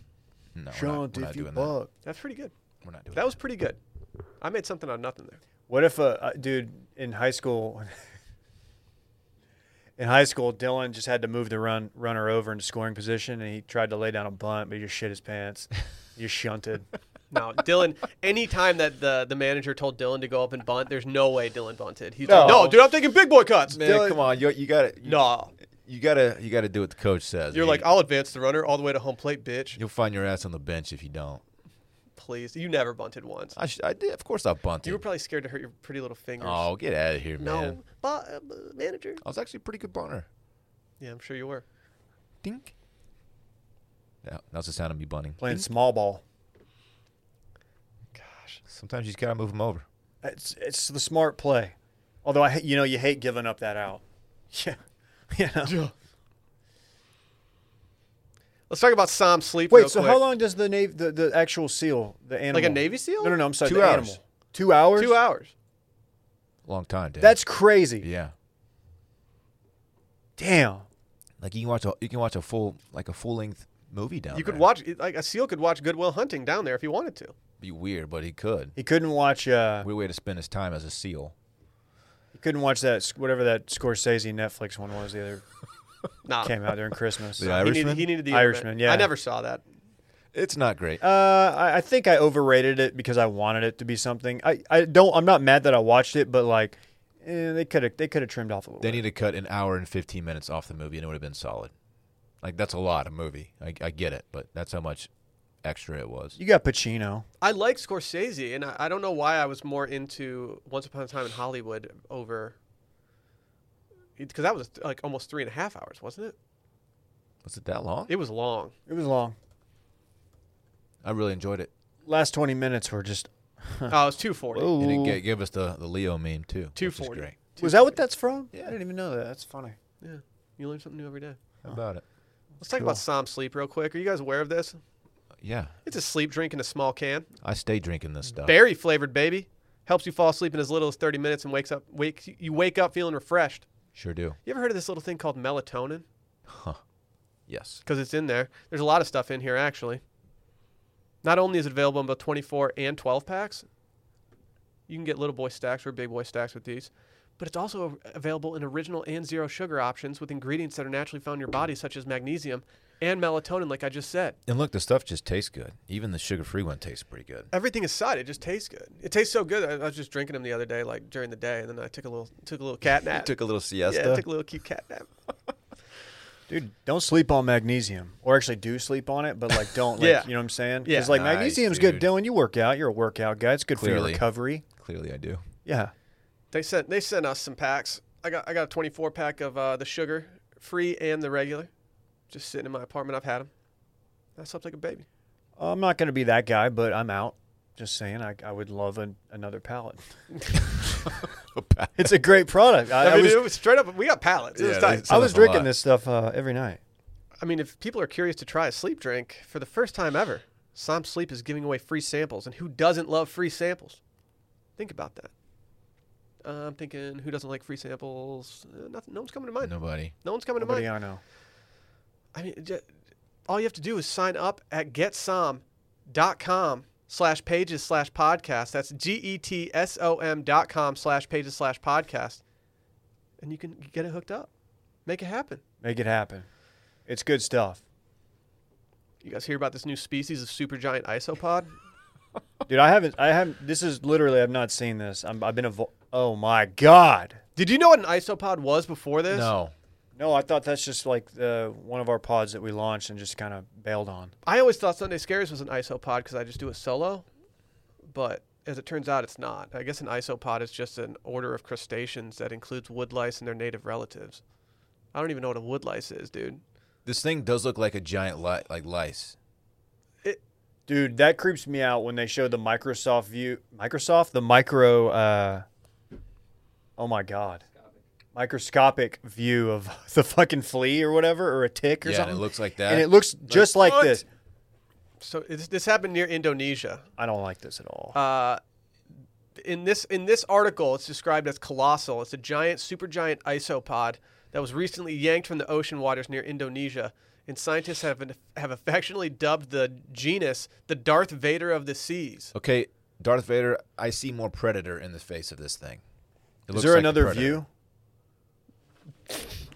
Speaker 3: no, we're not,
Speaker 2: Shunt
Speaker 3: we're not
Speaker 2: if you
Speaker 3: doing that.
Speaker 2: buck.
Speaker 1: That's pretty good.
Speaker 3: We're not doing
Speaker 1: That was pretty good. I made something out of nothing there.
Speaker 2: What if a uh, dude in high school? (laughs) in high school, Dylan just had to move the run runner over into scoring position, and he tried to lay down a bunt, but he just shit his pants. He just
Speaker 3: (laughs)
Speaker 2: shunted.
Speaker 1: No, Dylan, anytime that the, the manager told Dylan to go up and bunt, there's no way Dylan bunted. He's
Speaker 2: No.
Speaker 1: like, no, dude, I'm taking big boy cuts.
Speaker 3: Man,
Speaker 2: Dylan-
Speaker 3: come on. You, you got to you,
Speaker 1: No.
Speaker 3: You got to you got to do what the coach says.
Speaker 1: You're
Speaker 3: You-
Speaker 1: like, I'll advance the runner all the way to home plate, bitch.
Speaker 3: you'll find your ass on the bench if you don't.
Speaker 1: Please. You never bunted once.
Speaker 3: I, sh- I did. Of course, I bunted.
Speaker 1: You were probably scared to hurt your pretty little fingers.
Speaker 3: oh, get out of here,
Speaker 1: no.
Speaker 3: man.
Speaker 1: Bu- uh, bu- manager.
Speaker 3: I was actually a pretty good bunter.
Speaker 1: Yeah, I'm sure you were.
Speaker 3: Dink. Yeah, that's the sound of me bunting.
Speaker 2: Playing small ball.
Speaker 1: Gosh.
Speaker 3: Sometimes you just gotta move them over.
Speaker 2: It's it's the smart play. Although I ha- you know you hate giving up that out. (laughs) Yeah. You know?
Speaker 1: Let's talk about Sam sleep.
Speaker 2: Wait,
Speaker 1: real
Speaker 2: so
Speaker 1: quick.
Speaker 2: how long does the navy the, the actual seal the animal
Speaker 1: Navy seal?
Speaker 2: No, no, no. I'm sorry.
Speaker 3: Two
Speaker 2: the
Speaker 3: hours.
Speaker 2: animal. Two hours.
Speaker 1: Two hours.
Speaker 3: Long time, Dan.
Speaker 2: That's crazy.
Speaker 3: yeah.
Speaker 2: Damn.
Speaker 3: Like you can watch a you can watch a full like a full length movie down
Speaker 1: You
Speaker 3: there.
Speaker 1: could watch like a seal could watch Goodwill Hunting down there if he wanted to.
Speaker 3: Be weird, but he could.
Speaker 2: He couldn't watch. Uh,
Speaker 3: Weird way to spend his time as a seal.
Speaker 2: he couldn't watch that s- whatever that Scorsese Netflix one was. The other
Speaker 1: Nah,
Speaker 2: came out during
Speaker 3: (laughs)
Speaker 2: Christmas.
Speaker 3: The
Speaker 1: he
Speaker 2: uh,
Speaker 1: needed,
Speaker 3: Irishman?
Speaker 1: he needed the
Speaker 2: Irishman,
Speaker 1: internet.
Speaker 2: yeah.
Speaker 1: I never saw that.
Speaker 3: It's not great.
Speaker 2: Uh, I, I think I overrated it because I wanted it to be something. I, I don't. I'm not mad that I watched it, but like, eh, they could have they could have trimmed off a little.
Speaker 3: They
Speaker 2: bit.
Speaker 3: need to cut an hour and fifteen minutes off the movie, and it would have been solid. Like that's a lot of movie. I, I get it, but that's how much extra it was.
Speaker 2: you got Pacino.
Speaker 1: I like Scorsese, and I, I don't know why I was more into Once Upon a Time in Hollywood over because that was like almost three and a half hours, wasn't it?
Speaker 3: Was it that long?
Speaker 1: It was
Speaker 2: (laughs)
Speaker 1: long.
Speaker 2: It was long.
Speaker 3: I really enjoyed it.
Speaker 2: Last 20 minutes were just.
Speaker 1: Oh, it was two forty.
Speaker 2: Whoa.
Speaker 3: And it ga- gave us the, the Leo meme too. which is
Speaker 1: 240.
Speaker 3: great.
Speaker 2: Was that what that's from?
Speaker 3: Yeah.
Speaker 2: I didn't even know that. That's funny.
Speaker 1: Yeah, you learn something new every day.
Speaker 3: How about it?
Speaker 1: Let's talk about Som Sleep real quick. Are you guys aware of this?
Speaker 3: Yeah,
Speaker 1: It's a sleep drink in a small can.
Speaker 3: I stay drinking this stuff.
Speaker 1: berry flavored baby helps you fall asleep in as little as 30 minutes and wakes up wake you wake up feeling refreshed
Speaker 3: Sure do.
Speaker 1: you ever heard of this little thing called melatonin
Speaker 3: Yes.
Speaker 1: because it's in there there's a lot of stuff in here actually not only is it available in both 24 and 12 packs you can get little boy stacks or big boy stacks with these but it's also a- available in original and zero sugar options with ingredients that are naturally found in your body such as magnesium and melatonin like i just said
Speaker 3: And look, the stuff just tastes good. Even the sugar free one tastes pretty good.
Speaker 1: everything aside, it just tastes good. It tastes so good. I, I was just drinking them the other day, like during the day, and then I took a little took a little cat nap.
Speaker 3: (laughs) took a little siesta.
Speaker 1: Yeah, I took a little cute cat nap.
Speaker 2: Dude, don't sleep on magnesium. Or actually, do sleep on it, but like,
Speaker 3: (laughs)
Speaker 2: don't. Like,
Speaker 1: Yeah.
Speaker 2: You know what I'm saying?
Speaker 1: Yeah.
Speaker 2: Because like,
Speaker 3: Nice,
Speaker 2: magnesium's good.
Speaker 3: dude.
Speaker 2: Dylan, you work out. You're a workout guy. It's good for
Speaker 3: Clearly.
Speaker 2: your recovery.
Speaker 3: Clearly, I do.
Speaker 2: Yeah.
Speaker 1: They sent they sent us some packs. I got I got a 24 pack of uh, the sugar free and the regular, just sitting in my apartment. I've had them. I slept like a baby.
Speaker 2: I'm not going to be that guy, but I'm out. Just saying, I, I would love an, another pallet.
Speaker 3: About-
Speaker 2: (laughs) It's a great product.
Speaker 1: (laughs)
Speaker 2: I,
Speaker 1: I,
Speaker 2: I
Speaker 1: mean,
Speaker 2: was,
Speaker 1: it was straight up. We got pallets. It was
Speaker 3: Yeah,
Speaker 1: tight.
Speaker 3: that's-
Speaker 2: I was
Speaker 3: a
Speaker 2: drinking
Speaker 3: lot.
Speaker 2: this stuff uh, every night.
Speaker 1: I mean, if people are curious to try a sleep drink for the first time ever, Som Sleep is giving away free samples, and who doesn't love free samples? Think about that. Uh, I'm thinking, who doesn't like free samples? Uh, nothing, no one's coming to mind.
Speaker 3: Nobody.
Speaker 1: No one's coming to
Speaker 2: Nobody
Speaker 1: mind.
Speaker 2: I know.
Speaker 1: I mean, ju- all you have to do is sign up at getsom.com slash pages slash podcast. That's E G-E-T-S-O-M dot com slash pages slash podcast. And you can get it hooked up. Make it happen.
Speaker 2: Make it happen. It's good stuff.
Speaker 1: You guys hear about this new species of supergiant isopod?
Speaker 2: Dude, I haven't. I haven't. This is literally. I've not seen this. I'm, I've been a. Vo- oh my god.
Speaker 1: Did you know what an isopod was before this?
Speaker 3: No.
Speaker 2: No, I thought that's just like uh, one of our pods that we launched and just kind of bailed on.
Speaker 1: I always thought Sunday Scaries was an isopod because I just do it solo, but as it turns out, it's not. I guess an isopod is just an order of crustaceans that includes woodlice and their native relatives. I don't even know what a woodlice is, dude.
Speaker 3: This thing does look like a giant li- like lice.
Speaker 2: Dude, that creeps me out when they show the Microsoft view. Microsoft, the micro. Uh, oh my god, microscopic view of (laughs) the fucking flea or whatever, or a tick or
Speaker 3: yeah,
Speaker 2: something.
Speaker 3: and it looks like that.
Speaker 2: and it looks just like
Speaker 1: what?
Speaker 2: this.
Speaker 1: So it's, this happened near Indonesia.
Speaker 2: I don't like this at all.
Speaker 1: Uh, in this in this article, it's described as colossal. It's a giant, supergiant isopod that was recently yanked from the ocean waters near Indonesia, and scientists have been, have affectionately dubbed the genus the Darth Vader of the seas.
Speaker 3: okay, Darth Vader. I see more predator in the face of this thing. It
Speaker 2: Is
Speaker 3: looks
Speaker 2: there
Speaker 3: like a
Speaker 2: another
Speaker 3: predator.
Speaker 2: view?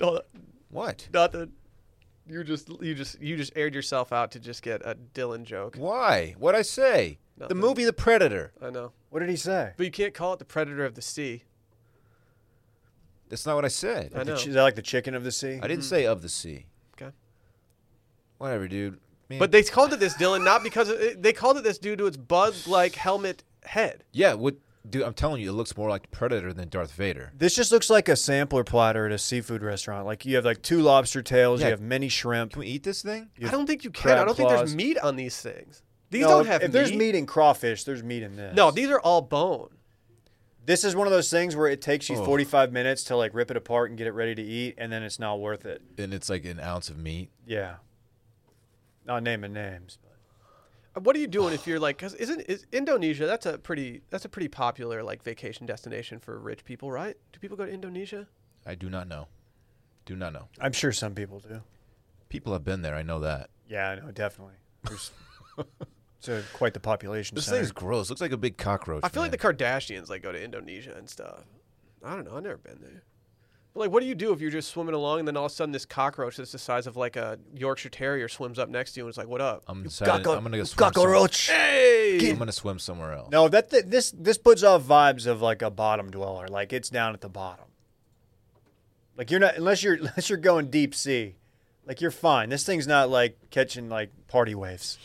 Speaker 1: Oh,
Speaker 3: What?
Speaker 1: not the, you just you just you just aired yourself out to just get a Dylan joke.
Speaker 3: Why? What I say?
Speaker 1: Nothing.
Speaker 3: The movie The Predator.
Speaker 1: I know,
Speaker 2: What did he say?
Speaker 1: but you can't call it the predator of the sea.
Speaker 3: That's not what I said.
Speaker 1: I know.
Speaker 2: Is that like the chicken of the sea?
Speaker 3: I didn't say of the sea.
Speaker 1: Okay.
Speaker 3: Whatever, dude. Man.
Speaker 1: But they called it this, Dylan, not because it, they called it this due to its bug-like helmet head.
Speaker 3: yeah, what, dude? I'm telling you, it looks more like the Predator than Darth Vader.
Speaker 2: This just looks like a sampler platter at a seafood restaurant. Like you have like two lobster tails,
Speaker 3: Yeah.
Speaker 2: you have many shrimp.
Speaker 3: Can we eat this thing?
Speaker 2: You
Speaker 1: I
Speaker 2: have
Speaker 1: don't think you can.
Speaker 2: crab
Speaker 1: I don't think
Speaker 2: claws.
Speaker 1: there's meat on these things. These
Speaker 2: No,
Speaker 1: don't
Speaker 2: if-
Speaker 1: have
Speaker 2: if
Speaker 1: meat.
Speaker 2: there's meat in crawfish, there's meat in this.
Speaker 1: No, these are all bone.
Speaker 2: this is one of those things where it takes you
Speaker 3: Oh.
Speaker 2: 45 minutes to like rip it apart and get it ready to eat, and then it's not worth it.
Speaker 3: And it's like an ounce of meat.
Speaker 2: Yeah. Not naming names. But.
Speaker 1: Uh, What are you doing if you're like? Cause isn't is Indonesia? That's a pretty that's a pretty popular like vacation destination for rich people, right? Do people go to Indonesia?
Speaker 3: I do not know. Do not know.
Speaker 2: I'm sure some people do.
Speaker 3: People have been there. I know that.
Speaker 2: Yeah, I know, definitely. (laughs) There's, it's a, quite the population.
Speaker 3: This
Speaker 2: center.
Speaker 3: thing's gross. Looks like a big cockroach.
Speaker 1: I feel
Speaker 3: man.
Speaker 1: like the Kardashians like go to Indonesia and stuff. I don't know. I've never been there. But like, what do you do if you're just swimming along and then all of a sudden this cockroach that's the size of like a Yorkshire Terrier swims up next to you and is like, "What
Speaker 2: Um,
Speaker 1: up?"
Speaker 3: I'm decided, I'm gonna go swim. Some,
Speaker 2: cockroach.
Speaker 1: hey,
Speaker 3: I'm gonna swim somewhere else.
Speaker 2: No, that th- this this puts off vibes of like a bottom dweller. Like it's down at the bottom. Like you're not unless you're (laughs) unless you're going deep sea. Like you're fine. This thing's not like catching like party waves.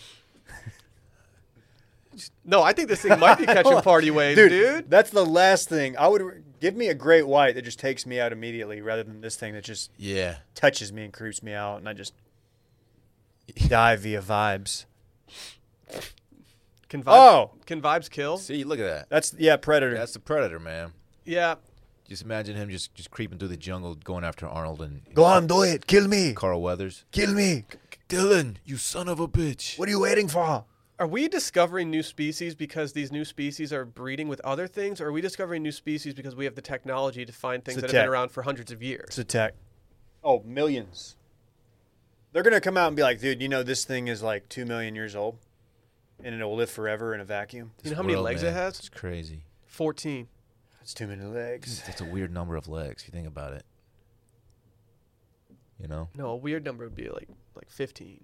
Speaker 1: no, I think this thing might
Speaker 2: (laughs)
Speaker 1: be catching party waves, dude.
Speaker 2: That's the last thing. I would re- give me a great white that just takes me out immediately rather than this thing that just
Speaker 3: Yeah.
Speaker 2: touches me and creeps me out and I just die via vibes.
Speaker 1: Can vibes,
Speaker 2: Oh.
Speaker 1: can vibes kill?
Speaker 3: See, look at that.
Speaker 2: That's yeah, predator.
Speaker 3: That's the Predator, man.
Speaker 1: Yeah.
Speaker 3: Just imagine him just just creeping through the jungle, going after Arnold and
Speaker 2: Go on, do it. Kill me.
Speaker 3: Carl Weathers.
Speaker 2: Kill me.
Speaker 3: Dylan, you son of a bitch.
Speaker 2: What are you waiting for?
Speaker 1: Are we discovering new species because these new species are breeding with other things, or are we discovering new species because we have the technology to find things
Speaker 2: It's
Speaker 1: that
Speaker 2: the
Speaker 1: have
Speaker 2: tech.
Speaker 1: been around for hundreds of years?
Speaker 2: It's a tech. Oh, millions. They're gonna come out and be like, dude, you know this thing is like two million years old, and it'll live forever in a vacuum.
Speaker 1: You know how many
Speaker 3: World,
Speaker 1: legs
Speaker 3: man.
Speaker 1: it has?
Speaker 3: It's crazy.
Speaker 1: Fourteen.
Speaker 2: It's too many legs.
Speaker 3: That's a weird number of legs. If you think about it. You know.
Speaker 1: No, a weird number would be like like fifteen.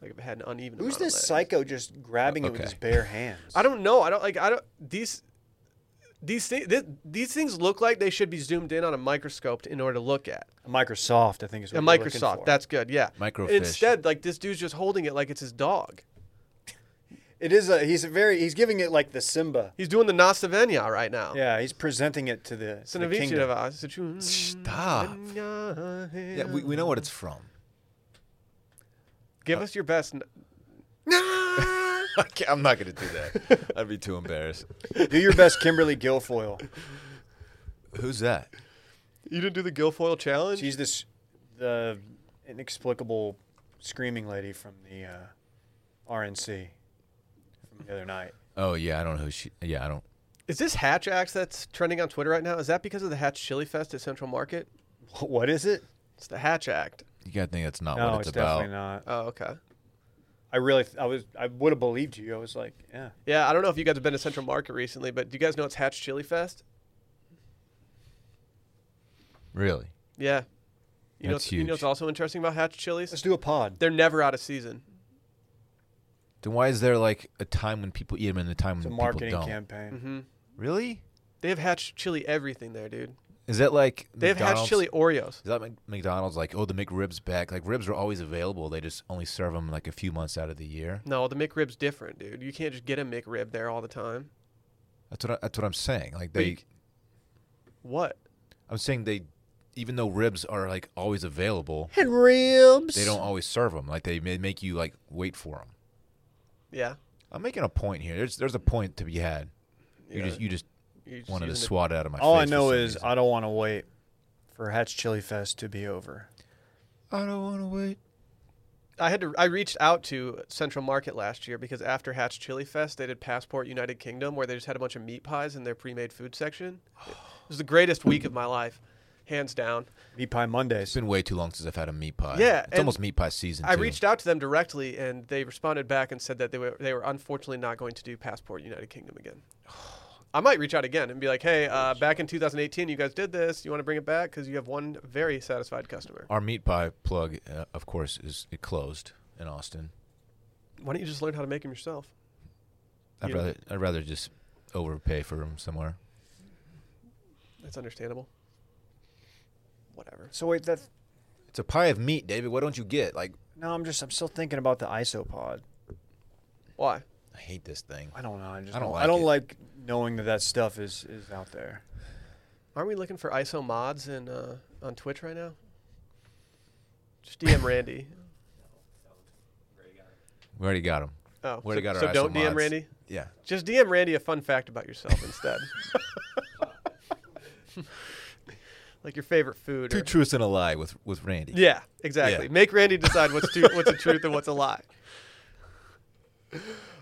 Speaker 1: Like if it had an uneven.
Speaker 2: Who's
Speaker 1: amount of
Speaker 2: this
Speaker 1: legs.
Speaker 2: psycho just grabbing it with his
Speaker 3: Okay.
Speaker 2: bare hands?
Speaker 1: I don't know. I don't like. I don't these. These things, these things look like they should be zoomed in on a microscope in order to look at.
Speaker 2: Microsoft, I think is what
Speaker 1: A
Speaker 2: we're looking
Speaker 1: Microsoft,
Speaker 2: for.
Speaker 1: that's good, yeah.
Speaker 3: Microfish.
Speaker 1: Instead, like this dude's just holding it like it's his dog.
Speaker 2: it is. A, he's a very. He's giving it like the Simba.
Speaker 1: He's doing the Nasavenya right now.
Speaker 2: Yeah, he's presenting it to the,
Speaker 1: It's an
Speaker 2: the
Speaker 1: Avicii
Speaker 2: kingdom.
Speaker 1: device. It's
Speaker 2: (laughs)
Speaker 1: a- Ah.
Speaker 3: Stop. Yeah, we, we know
Speaker 1: (laughs)
Speaker 3: what it's from.
Speaker 1: Give us your best. n-
Speaker 3: I can't- (laughs) I'm not gonna do that. I'd be too
Speaker 1: (laughs)
Speaker 3: embarrassed.
Speaker 2: Do your best, Kimberly Guilfoyle.
Speaker 3: Who's that?
Speaker 1: You didn't do the Guilfoyle challenge?
Speaker 2: She's this the inexplicable screaming lady from the uh, RNC from the other night. (laughs)
Speaker 3: Oh yeah, I don't know who she. Yeah, I don't.
Speaker 1: Is this Hatch Axe that's trending on Twitter right now? Is that because of the Hatch Chili Fest at Central Market?
Speaker 2: What is it?
Speaker 1: It's the Hatch Act.
Speaker 3: You gotta think that's not
Speaker 2: No,
Speaker 3: what
Speaker 2: it's,
Speaker 3: it's, about.
Speaker 2: definitely not.
Speaker 1: Oh, okay.
Speaker 2: I really, I was, I would have believed you. I was like, yeah.
Speaker 1: Yeah, I don't know if you guys have been to Central Market recently, but do you guys know it's Hatch Chili Fest?
Speaker 3: Really?
Speaker 1: Yeah. You know,
Speaker 3: That's
Speaker 1: what's- you know
Speaker 3: huge.
Speaker 1: what's also interesting about Hatch
Speaker 2: Let's
Speaker 1: Chilies?
Speaker 2: do a pod.
Speaker 1: They're never out of season.
Speaker 3: Then why is there like a time when people eat them and a time
Speaker 2: It's a
Speaker 3: when
Speaker 2: marketing
Speaker 3: people don't?
Speaker 2: campaign.
Speaker 1: hmm
Speaker 3: Really?
Speaker 1: They have Hatch Chili everything there, dude.
Speaker 3: Is that like
Speaker 1: They have
Speaker 3: McDonald's?
Speaker 1: Hatch Chili Oreos.
Speaker 3: Is that Mc- McDonald's like oh the McRibs back? Like ribs are always available. They just only serve them like a few months out of the year.
Speaker 1: No, the McRib's different, dude. You can't just get a McRib there all the time.
Speaker 3: That's what I, that's what I'm saying. Like
Speaker 1: But you
Speaker 3: they,
Speaker 1: c- What?
Speaker 3: I'm saying they, even though ribs are like always available,
Speaker 2: And ribs.
Speaker 3: they don't always serve them. Like they may make you like wait for them.
Speaker 1: Yeah.
Speaker 3: I'm making a point here. There's there's a point to be had. You
Speaker 1: Yeah.
Speaker 3: just you just
Speaker 1: You're just
Speaker 3: wanted to
Speaker 1: using it-
Speaker 3: swat it out of my
Speaker 2: All
Speaker 3: face.
Speaker 2: I
Speaker 3: for
Speaker 2: know
Speaker 3: some
Speaker 2: is
Speaker 3: reason.
Speaker 2: I don't want to wait for Hatch Chili Fest to be over.
Speaker 3: I don't want to wait.
Speaker 1: I had to. I reached out to Central Market last year because after Hatch Chili Fest, they did Passport United Kingdom, where they just had a bunch of meat pies in their pre-made food section. It was the greatest week of my life, hands down.
Speaker 2: Meat Pie Mondays.
Speaker 3: It's been way too long since I've had a meat pie.
Speaker 1: Yeah,
Speaker 3: it's
Speaker 1: and
Speaker 3: almost meat pie season.
Speaker 1: I
Speaker 3: too.
Speaker 1: reached out to them directly, and they responded back and said that they were they were unfortunately not going to do Passport United Kingdom again. I might reach out again and be like, "Hey, uh, back in 2018, you guys did this. You want to bring it back because you have one very satisfied customer.
Speaker 3: Our meat pie plug, uh, of course, is it closed in Austin.
Speaker 1: Why don't you just learn how to make them yourself?"
Speaker 3: I'd
Speaker 1: You-
Speaker 3: rather I'd rather just overpay for them somewhere.
Speaker 1: That's understandable. Whatever.
Speaker 2: So wait, that
Speaker 3: It's a pie of meat, David. Why don't you get like?
Speaker 2: no, I'm just, I'm still thinking about the isopod.
Speaker 1: Why?
Speaker 3: I hate this thing.
Speaker 2: I don't know. I just,
Speaker 3: I don't
Speaker 2: I
Speaker 3: like
Speaker 2: don't
Speaker 3: it.
Speaker 2: like knowing that that stuff is is out there.
Speaker 1: Aren't we looking for ISO mods in, uh, on Twitch right now? Just DM Randy.
Speaker 3: We already got them.
Speaker 1: Oh,
Speaker 3: We already
Speaker 1: so,
Speaker 3: got our
Speaker 1: so
Speaker 3: ISO
Speaker 1: don't DM
Speaker 3: mods.
Speaker 1: Randy.
Speaker 3: Yeah.
Speaker 1: Just DM Randy a fun fact about yourself
Speaker 3: (laughs)
Speaker 1: instead. (laughs) like your favorite food.
Speaker 3: Two
Speaker 1: Or,
Speaker 3: truths and a lie with with Randy.
Speaker 1: yeah, exactly.
Speaker 3: Yeah.
Speaker 1: Make Randy decide what's tru-
Speaker 3: (laughs)
Speaker 1: what's a truth and what's a lie.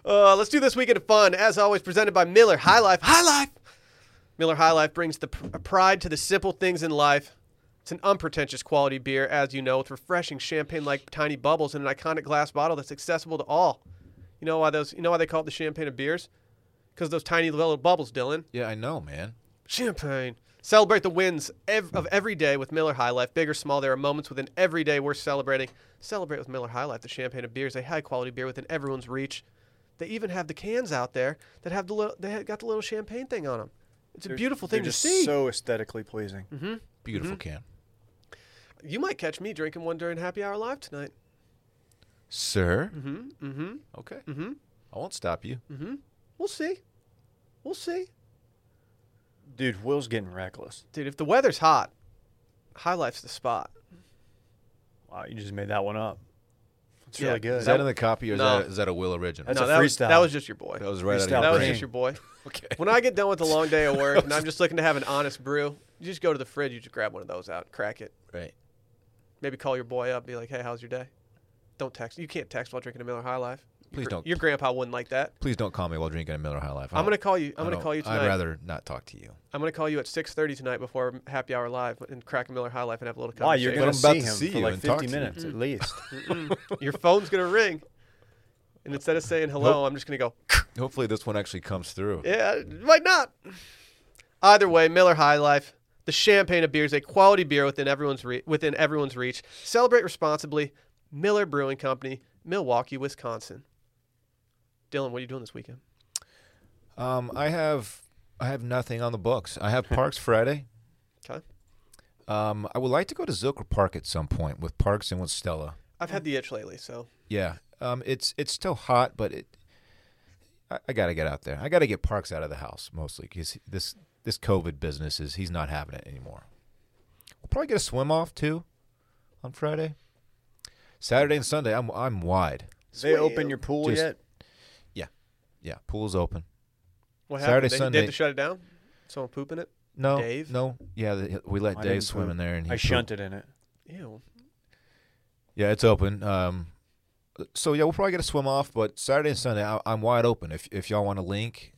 Speaker 1: Uh, let's do this weekend of fun, as always, presented by Miller High Life. High Life. Miller High Life brings the pr- pride to the simple things in life. It's an unpretentious quality beer, as you know, with refreshing champagne-like tiny bubbles in an iconic glass bottle that's accessible to all. You know why those? You know why they call it the champagne of beers? Because those tiny little bubbles, Dylan.
Speaker 3: Yeah, I know, man.
Speaker 1: Champagne. Celebrate the wins ev- of every day with Miller High Life. Big or small, there are moments within every day worth celebrating. Celebrate with Miller High Life, the champagne of beers, a high quality beer within everyone's reach. They even have the cans out there that have the little, they ha- got the little champagne thing on them. It's a beautiful
Speaker 2: They're
Speaker 1: thing to
Speaker 2: just
Speaker 1: see.
Speaker 2: So aesthetically pleasing.
Speaker 3: Mm-hmm. Beautiful
Speaker 1: Mm-hmm.
Speaker 3: can.
Speaker 1: you might catch me drinking one during Happy Hour Live tonight.
Speaker 3: Sir.
Speaker 1: Mm-hmm. Mm-hmm.
Speaker 3: Okay.
Speaker 1: Mm-hmm.
Speaker 3: I won't stop you.
Speaker 1: We'll see. We'll see.
Speaker 2: Dude, Will's getting reckless.
Speaker 1: Dude, if the weather's hot, High Life's the spot.
Speaker 2: Wow, you just made that one up. It's
Speaker 1: Yeah,
Speaker 2: really good.
Speaker 3: Is that in the copy or is,
Speaker 1: No.
Speaker 3: that, is that a Will original?
Speaker 2: That's
Speaker 1: no,
Speaker 2: a
Speaker 1: that was,
Speaker 2: freestyle.
Speaker 1: that was just your boy.
Speaker 3: that was right out of
Speaker 2: freestyle
Speaker 3: your
Speaker 1: that was
Speaker 2: brain.
Speaker 1: just your boy.
Speaker 3: (laughs) Okay.
Speaker 1: When I get done with a long day of work and
Speaker 3: (laughs)
Speaker 1: I'm just looking to have an honest brew, you just go to the fridge, you just grab one of those out, crack it.
Speaker 3: Right.
Speaker 1: Maybe call your boy up, be like, "Hey, how's your day?" Don't text. You can't text while drinking a Miller High Life.
Speaker 3: Please
Speaker 1: your,
Speaker 3: don't.
Speaker 1: Your grandpa wouldn't like that.
Speaker 3: Please don't call me while drinking a Miller High Life. I
Speaker 1: I'm
Speaker 3: don't-
Speaker 1: gonna call you.
Speaker 3: I
Speaker 1: I'm gonna
Speaker 3: don't-
Speaker 1: call you tonight.
Speaker 3: I'd rather not talk to you.
Speaker 1: I'm gonna call you at 6:30 tonight before Happy Hour Live and crack a Miller High Life and have a little
Speaker 2: Why you're
Speaker 1: conversation.
Speaker 2: gonna
Speaker 3: But I'm about
Speaker 2: see him
Speaker 3: to see
Speaker 2: for
Speaker 3: you
Speaker 2: like
Speaker 3: and talk
Speaker 2: 50
Speaker 3: to you. Mm-hmm.
Speaker 2: minutes at
Speaker 3: (laughs)
Speaker 2: least.
Speaker 1: your phone's gonna ring, and instead of saying hello, I'm just gonna go.
Speaker 3: Hopefully, this one actually comes through.
Speaker 1: Yeah, it might not. Either way, Miller High Life, the champagne of beers, a quality beer within everyone's re- within everyone's reach. Celebrate responsibly. Miller Brewing Company, Milwaukee, Wisconsin. Dylan, what are you doing this weekend?
Speaker 3: Um, I have I have nothing on the books. I have Parks Friday.
Speaker 1: Okay.
Speaker 3: Um, I would like to go to Zilker Park at some point with Parks and with Stella.
Speaker 1: I've had the itch lately, so
Speaker 3: Yeah. Um, it's it's still hot, but it. I, I gotta get out there. I gotta get Parks out of the house mostly because this this COVID business is he's not having it anymore. We'll probably get a swim off too, on Friday, Saturday and Sunday. I'm I'm wide.
Speaker 2: They open your pool
Speaker 3: Just-
Speaker 2: yet?
Speaker 3: Yeah. Yeah, pool's open.
Speaker 1: What
Speaker 3: Saturday,
Speaker 1: happened? They, they
Speaker 3: Sunday-
Speaker 1: had to shut it down. Someone pooping it.
Speaker 3: No,
Speaker 1: Dave?
Speaker 3: No, yeah, the, we let
Speaker 2: I
Speaker 3: Dave
Speaker 2: didn't
Speaker 3: swim
Speaker 2: poop.
Speaker 3: in there, and he
Speaker 2: I
Speaker 3: pooped.
Speaker 2: shunted in it.
Speaker 1: Ew.
Speaker 3: Yeah, it's open. Um, so yeah, we'll probably get a swim off, but Saturday and Sunday I, I'm wide open. If if y'all want to link,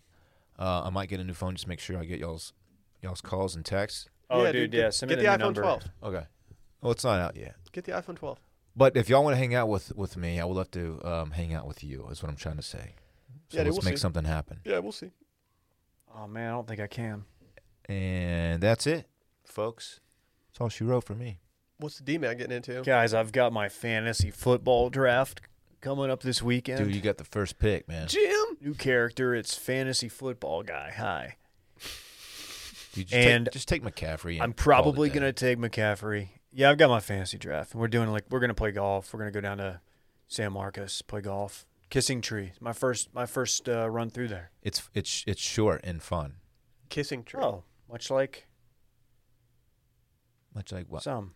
Speaker 3: uh, I might get a new phone. Just make sure I get y'all's y'all's calls and texts.
Speaker 2: Oh,
Speaker 1: yeah,
Speaker 2: dude,
Speaker 1: get-
Speaker 2: yeah. Send me
Speaker 1: get
Speaker 2: the,
Speaker 1: the
Speaker 2: new
Speaker 1: iPhone
Speaker 2: number.
Speaker 1: 12.
Speaker 3: Okay. Well, it's not out yet.
Speaker 1: Get the iPhone 12.
Speaker 3: But if y'all want to hang out with with me, I would love to um, hang out with you. Is what I'm trying to say. So
Speaker 1: Yeah, dude,
Speaker 3: let's
Speaker 1: we'll
Speaker 3: make
Speaker 1: see.
Speaker 3: something happen.
Speaker 1: Yeah, we'll see.
Speaker 2: Oh man, I don't think I can.
Speaker 3: And that's it, folks. That's all she wrote for me.
Speaker 1: What's the D man getting into?
Speaker 2: Guys, I've got my fantasy football draft coming up this weekend.
Speaker 3: Dude, you got the first pick, man.
Speaker 1: Jim.
Speaker 2: New character, it's fantasy fofootball guy. Hi.
Speaker 3: Dude, just
Speaker 2: And-
Speaker 3: take, just take McCaffrey. and
Speaker 2: I'm probably
Speaker 3: call it
Speaker 2: gonna
Speaker 3: a day.
Speaker 2: take McCaffrey. Yeah, I've got my fantasy draft. We're doing like we're gonna play golf. We're gonna go down to San Marcos, play golf. Kissing Tree. My first my first uh, run through there.
Speaker 3: It's it's it's short and fun.
Speaker 1: Kissing tree.
Speaker 2: Oh, much like
Speaker 3: Much like what?
Speaker 2: some.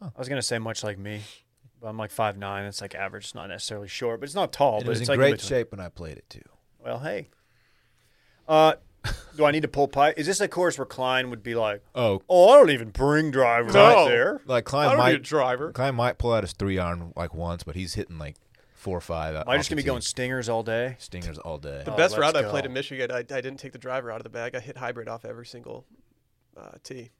Speaker 3: Huh.
Speaker 2: I was gonna say much like me, but I'm like five nine. It's like average. It's not necessarily short, but it's not tall.
Speaker 3: And it
Speaker 2: but
Speaker 3: was
Speaker 2: it's
Speaker 3: in
Speaker 2: like
Speaker 3: great
Speaker 2: between.
Speaker 3: shape when I played it too.
Speaker 2: Well, hey. Uh, do I need to pull pipe? Is this a course where Klein would be like,
Speaker 3: Oh,
Speaker 2: "Oh, I don't even bring drive right
Speaker 1: No.
Speaker 2: there."
Speaker 3: like
Speaker 1: I
Speaker 3: Klein
Speaker 1: don't need a
Speaker 3: might
Speaker 1: driver.
Speaker 3: Klein might pull out his three iron like once, but he's hitting like four or five.
Speaker 2: Am I just gonna be going stingers all day?
Speaker 3: stingers all day?
Speaker 1: The
Speaker 2: Oh,
Speaker 1: best
Speaker 2: let's
Speaker 1: route I
Speaker 2: go.
Speaker 1: played in Michigan, I, I didn't take the driver out of the bag. I hit hybrid off every single uh, tee.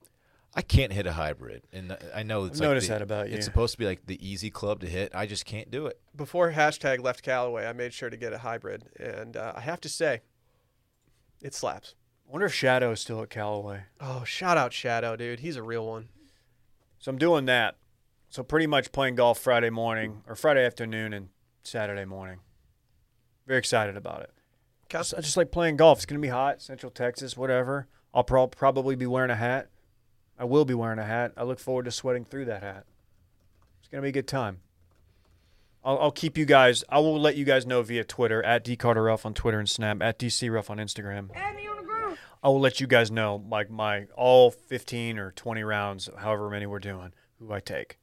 Speaker 3: I can't hit a hybrid, and I- I know it's
Speaker 2: I've
Speaker 3: like
Speaker 2: noticed
Speaker 3: the-
Speaker 2: that about you.
Speaker 3: It's supposed to be like the easy club to hit. I just can't do it.
Speaker 1: Before hashtag left Callaway, I made sure to get a hybrid, and uh, I have to say, it slaps.
Speaker 2: I wonder if Shadow is still at Callaway.
Speaker 1: Oh, shout out Shadow, dude. He's a real one.
Speaker 2: So I'm doing that. So pretty much playing golf Friday morning or Friday afternoon and Saturday morning. Very excited about it.
Speaker 1: Okay.
Speaker 2: Just- I just like playing golf. It's gonna be hot, Central Texas, whatever. I'll prob probably be wearing a hat. I will be wearing a hat. I look forward to sweating through that hat. It's gonna be a good time. I'll, I'll keep you guys. I will let you guys know via Twitter at dcarterruff on Twitter and Snap at dcruff on Instagram.
Speaker 4: Add me on the ground.
Speaker 2: I will let you guys know, like my all 15 or 20 rounds, however many we're doing, who I take.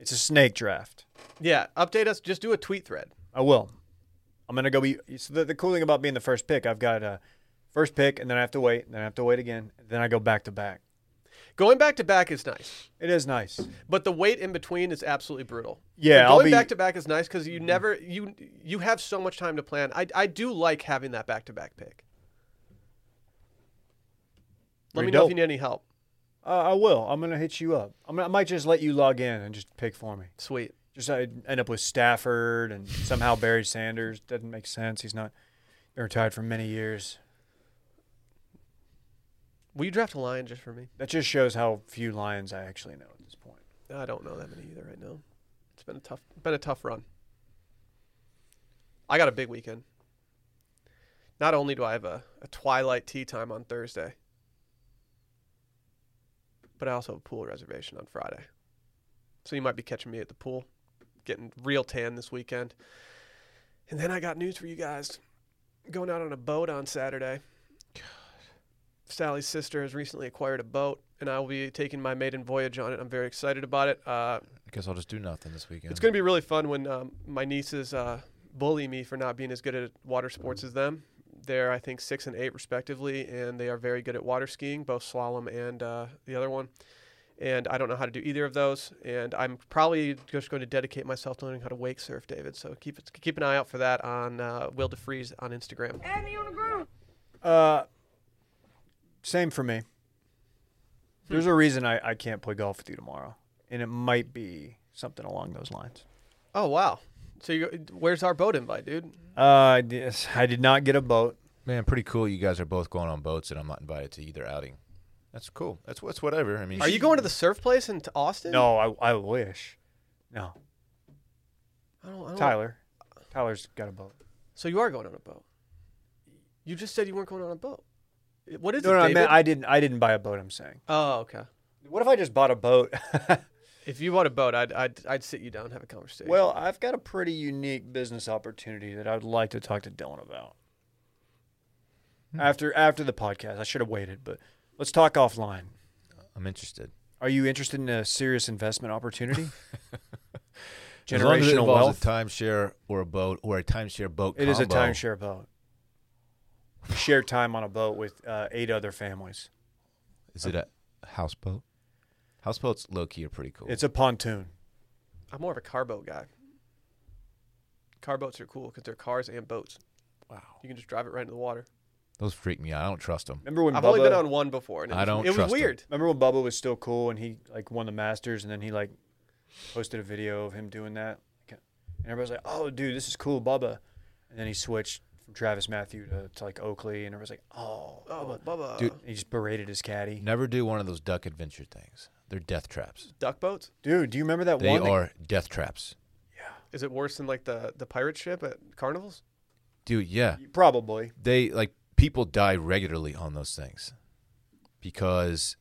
Speaker 2: It's a snake draft.
Speaker 1: Yeah, update us. Just do a tweet thread.
Speaker 2: I will. I'm gonna go be. So the, the cool thing about being the first pick, I've got a first pick, and then I have to wait, and then I have to wait again, and then I go back to back.
Speaker 1: Going back to back is nice,
Speaker 2: It is nice.
Speaker 1: but the wait in between is absolutely brutal.
Speaker 2: Yeah,
Speaker 1: But
Speaker 2: I'll
Speaker 1: going
Speaker 2: be.
Speaker 1: back to back is nice because you never you you have so much time to plan. I I do like having that back to back pick. Let
Speaker 2: Pretty
Speaker 1: me know
Speaker 2: dope.
Speaker 1: if you need any help.
Speaker 2: uh, I will. I'm gonna hit you up. I'm gonna, I might just let you log in and just pick for me.
Speaker 1: Sweet.
Speaker 2: Just I end up with Stafford and somehow Barry Sanders doesn't make sense. He's not been retired for many years.
Speaker 1: Will you draft a lion just for me?
Speaker 2: That just shows how few lions I actually know at this point.
Speaker 1: I don't know that many either right now. It's been a tough been a tough run. I got a big weekend. Not only do I have a, a twilight tea time on Thursday, but I also have a pool reservation on Friday. So you might be catching me at the pool, getting real tan this weekend. And then I got news for you guys. Going out on a boat on Saturday. Sally's sister has recently acquired a boat, and I will be taking my maiden voyage on it. I'm very excited about it. Uh,
Speaker 3: I guess I'll just do nothing this weekend.
Speaker 1: It's going to be really fun when um, my nieces uh, bully me for not being as good at water sports as them. They're, I think, six and eight respectively, and they are very good at water skiing, both slalom and uh, the other one. And I don't know how to do either of those. And I'm probably just going to dedicate myself to learning how to wake surf, David. So keep keep an eye out for that on uh, Will DeFries on Instagram.
Speaker 4: Add me on the ground.
Speaker 2: Uh, same for me. There's a reason I, I can't play golf with you tomorrow, and it might be something along those lines.
Speaker 1: Oh wow! So you where's our boat invite, dude?
Speaker 2: Uh, yes, I did not get a boat.
Speaker 3: man, pretty cool. You guys are both going on boats, and I'm not invited to either outing. That's cool. That's what's whatever. I mean,
Speaker 1: Are you going to the surf place in t- Austin?
Speaker 2: No, I, I wish. No,
Speaker 1: I don't, I don't-
Speaker 2: Tyler. Tyler's got a boat.
Speaker 1: So you are going on a boat. You just said you weren't going on a boat. It- What is
Speaker 2: No,
Speaker 1: it,
Speaker 2: no, I
Speaker 1: David?
Speaker 2: meant I didn't. I didn't buy a boat. I'm saying.
Speaker 1: oh, okay.
Speaker 2: What if I just bought a boat? (laughs)
Speaker 1: If you bought a boat, I'd, I'd I'd sit you down and have a conversation.
Speaker 2: well, I've got a pretty unique business opportunity that I'd like to talk to Dylan about.
Speaker 3: Hmm.
Speaker 2: After after the podcast, I should have waited, but let's talk offline.
Speaker 3: I'm interested.
Speaker 2: Are you interested in a serious investment opportunity?
Speaker 3: (laughs) As long as it
Speaker 2: generational wealth.
Speaker 3: involves a timeshare or a boat or a timeshare boat.
Speaker 2: It is a
Speaker 3: combo.
Speaker 2: timeshare boat. You share time on a boat with uh, eight other families.
Speaker 3: Is it a houseboat? Houseboats low key are pretty cool.
Speaker 2: It's a pontoon.
Speaker 1: I'm more of a car boat guy. Car boats are cool because they're cars and boats. Wow. You can just drive it right into the water.
Speaker 3: Those freak me out. I don't trust them.
Speaker 2: Remember when
Speaker 1: I've
Speaker 2: Bubba,
Speaker 1: only been on one before. And it
Speaker 3: I
Speaker 1: was,
Speaker 3: don't
Speaker 1: It was
Speaker 3: trust 'em.
Speaker 1: weird.
Speaker 2: Remember when Bubba was still cool and he like won the Masters and then he like posted a video of him doing that, and everybody's like, "Oh, dude, this is cool, Bubba," and then he switched from Travis Matthew to, to like Oakley, and everybody's like, "Oh,
Speaker 1: Oh,
Speaker 2: Bubba."
Speaker 1: Bubba.
Speaker 3: Dude.
Speaker 2: He just berated his caddy.
Speaker 3: Never do one of those duck adventure things. They're death traps.
Speaker 1: Duck boats?
Speaker 2: Dude, do you remember that
Speaker 3: They
Speaker 2: one? that- (laughs)
Speaker 3: are death traps.
Speaker 1: Is it worse than like the, the pirate ship at carnivals?
Speaker 3: Dude, yeah.
Speaker 2: Probably.
Speaker 3: They like people die regularly on those things. Because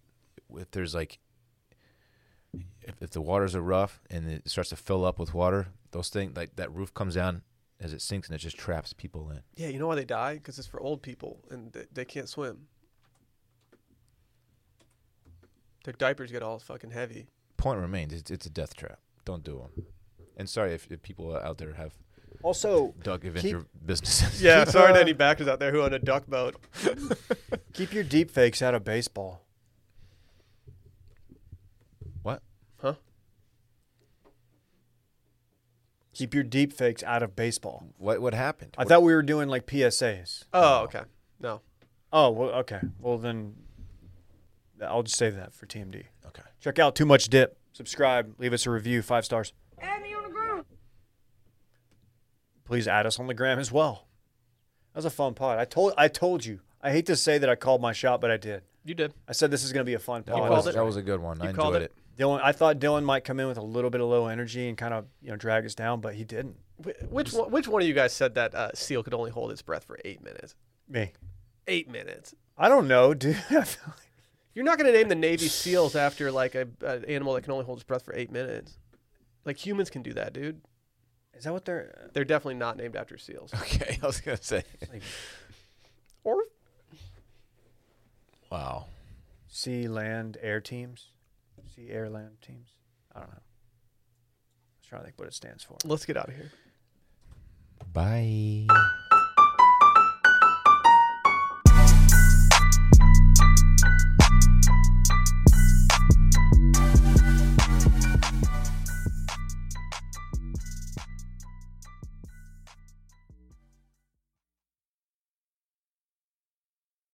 Speaker 3: if there's like if, if the waters are rough and it starts to fill up with water, those things like that roof comes down as it sinks and it just traps people in.
Speaker 1: Yeah, you know why they die? Because it's for old people and they, they can't swim. Their diapers get all fucking heavy.
Speaker 3: Point remains, it's, it's a death trap. Don't do them. And sorry if, if people out there have
Speaker 2: Also,
Speaker 3: duck adventure (laughs) businesses.
Speaker 1: Yeah,
Speaker 2: Keep,
Speaker 1: sorry to (laughs)
Speaker 2: uh,
Speaker 1: any backers out there who own a duck boat.
Speaker 2: keep your deep fakes out of baseball.
Speaker 3: What?
Speaker 1: Huh?
Speaker 2: Keep your deep fakes out of baseball.
Speaker 3: What what happened?
Speaker 2: I thought we were doing like PSAs.
Speaker 1: Oh, okay. No.
Speaker 2: Oh, well, okay. Well, then I'll just save that for TMD.
Speaker 3: okay.
Speaker 2: Check out Too Much Dip. Subscribe. Leave us a review. Five stars.
Speaker 4: Add me on the ground.
Speaker 2: Please add us on the gram as well. That was a fun pod. I told I told you. I hate to say that I called my shot, but I did.
Speaker 1: You did.
Speaker 2: I said this is going to be a fun
Speaker 3: That,
Speaker 2: pod.
Speaker 1: called
Speaker 3: was,
Speaker 1: it.
Speaker 3: that was a good one.
Speaker 1: You
Speaker 3: I
Speaker 1: called
Speaker 3: enjoyed
Speaker 1: it.
Speaker 3: it. (laughs)
Speaker 2: Dylan, I thought Dylan might come in with a little bit of low energy and kind of you know drag us down, but he didn't.
Speaker 1: Wh- Which one, which one of you guys said that uh, seal could only hold its breath for eight minutes?
Speaker 2: Me.
Speaker 1: Eight minutes.
Speaker 2: I don't know, (laughs) dude. I feel like-
Speaker 1: You're not going to name the Navy SEALs after like a, an animal that can only hold its breath for eight minutes. Like humans can do that, dude.
Speaker 2: is that what they're? uh,
Speaker 1: They're definitely not named after (laughs) seals.
Speaker 3: Okay, I was gonna say.
Speaker 1: Or
Speaker 3: Wow.
Speaker 2: sea land air teams sea air land teams i don't know i was trying to think what it stands for
Speaker 1: let's get out of here.
Speaker 3: Bye.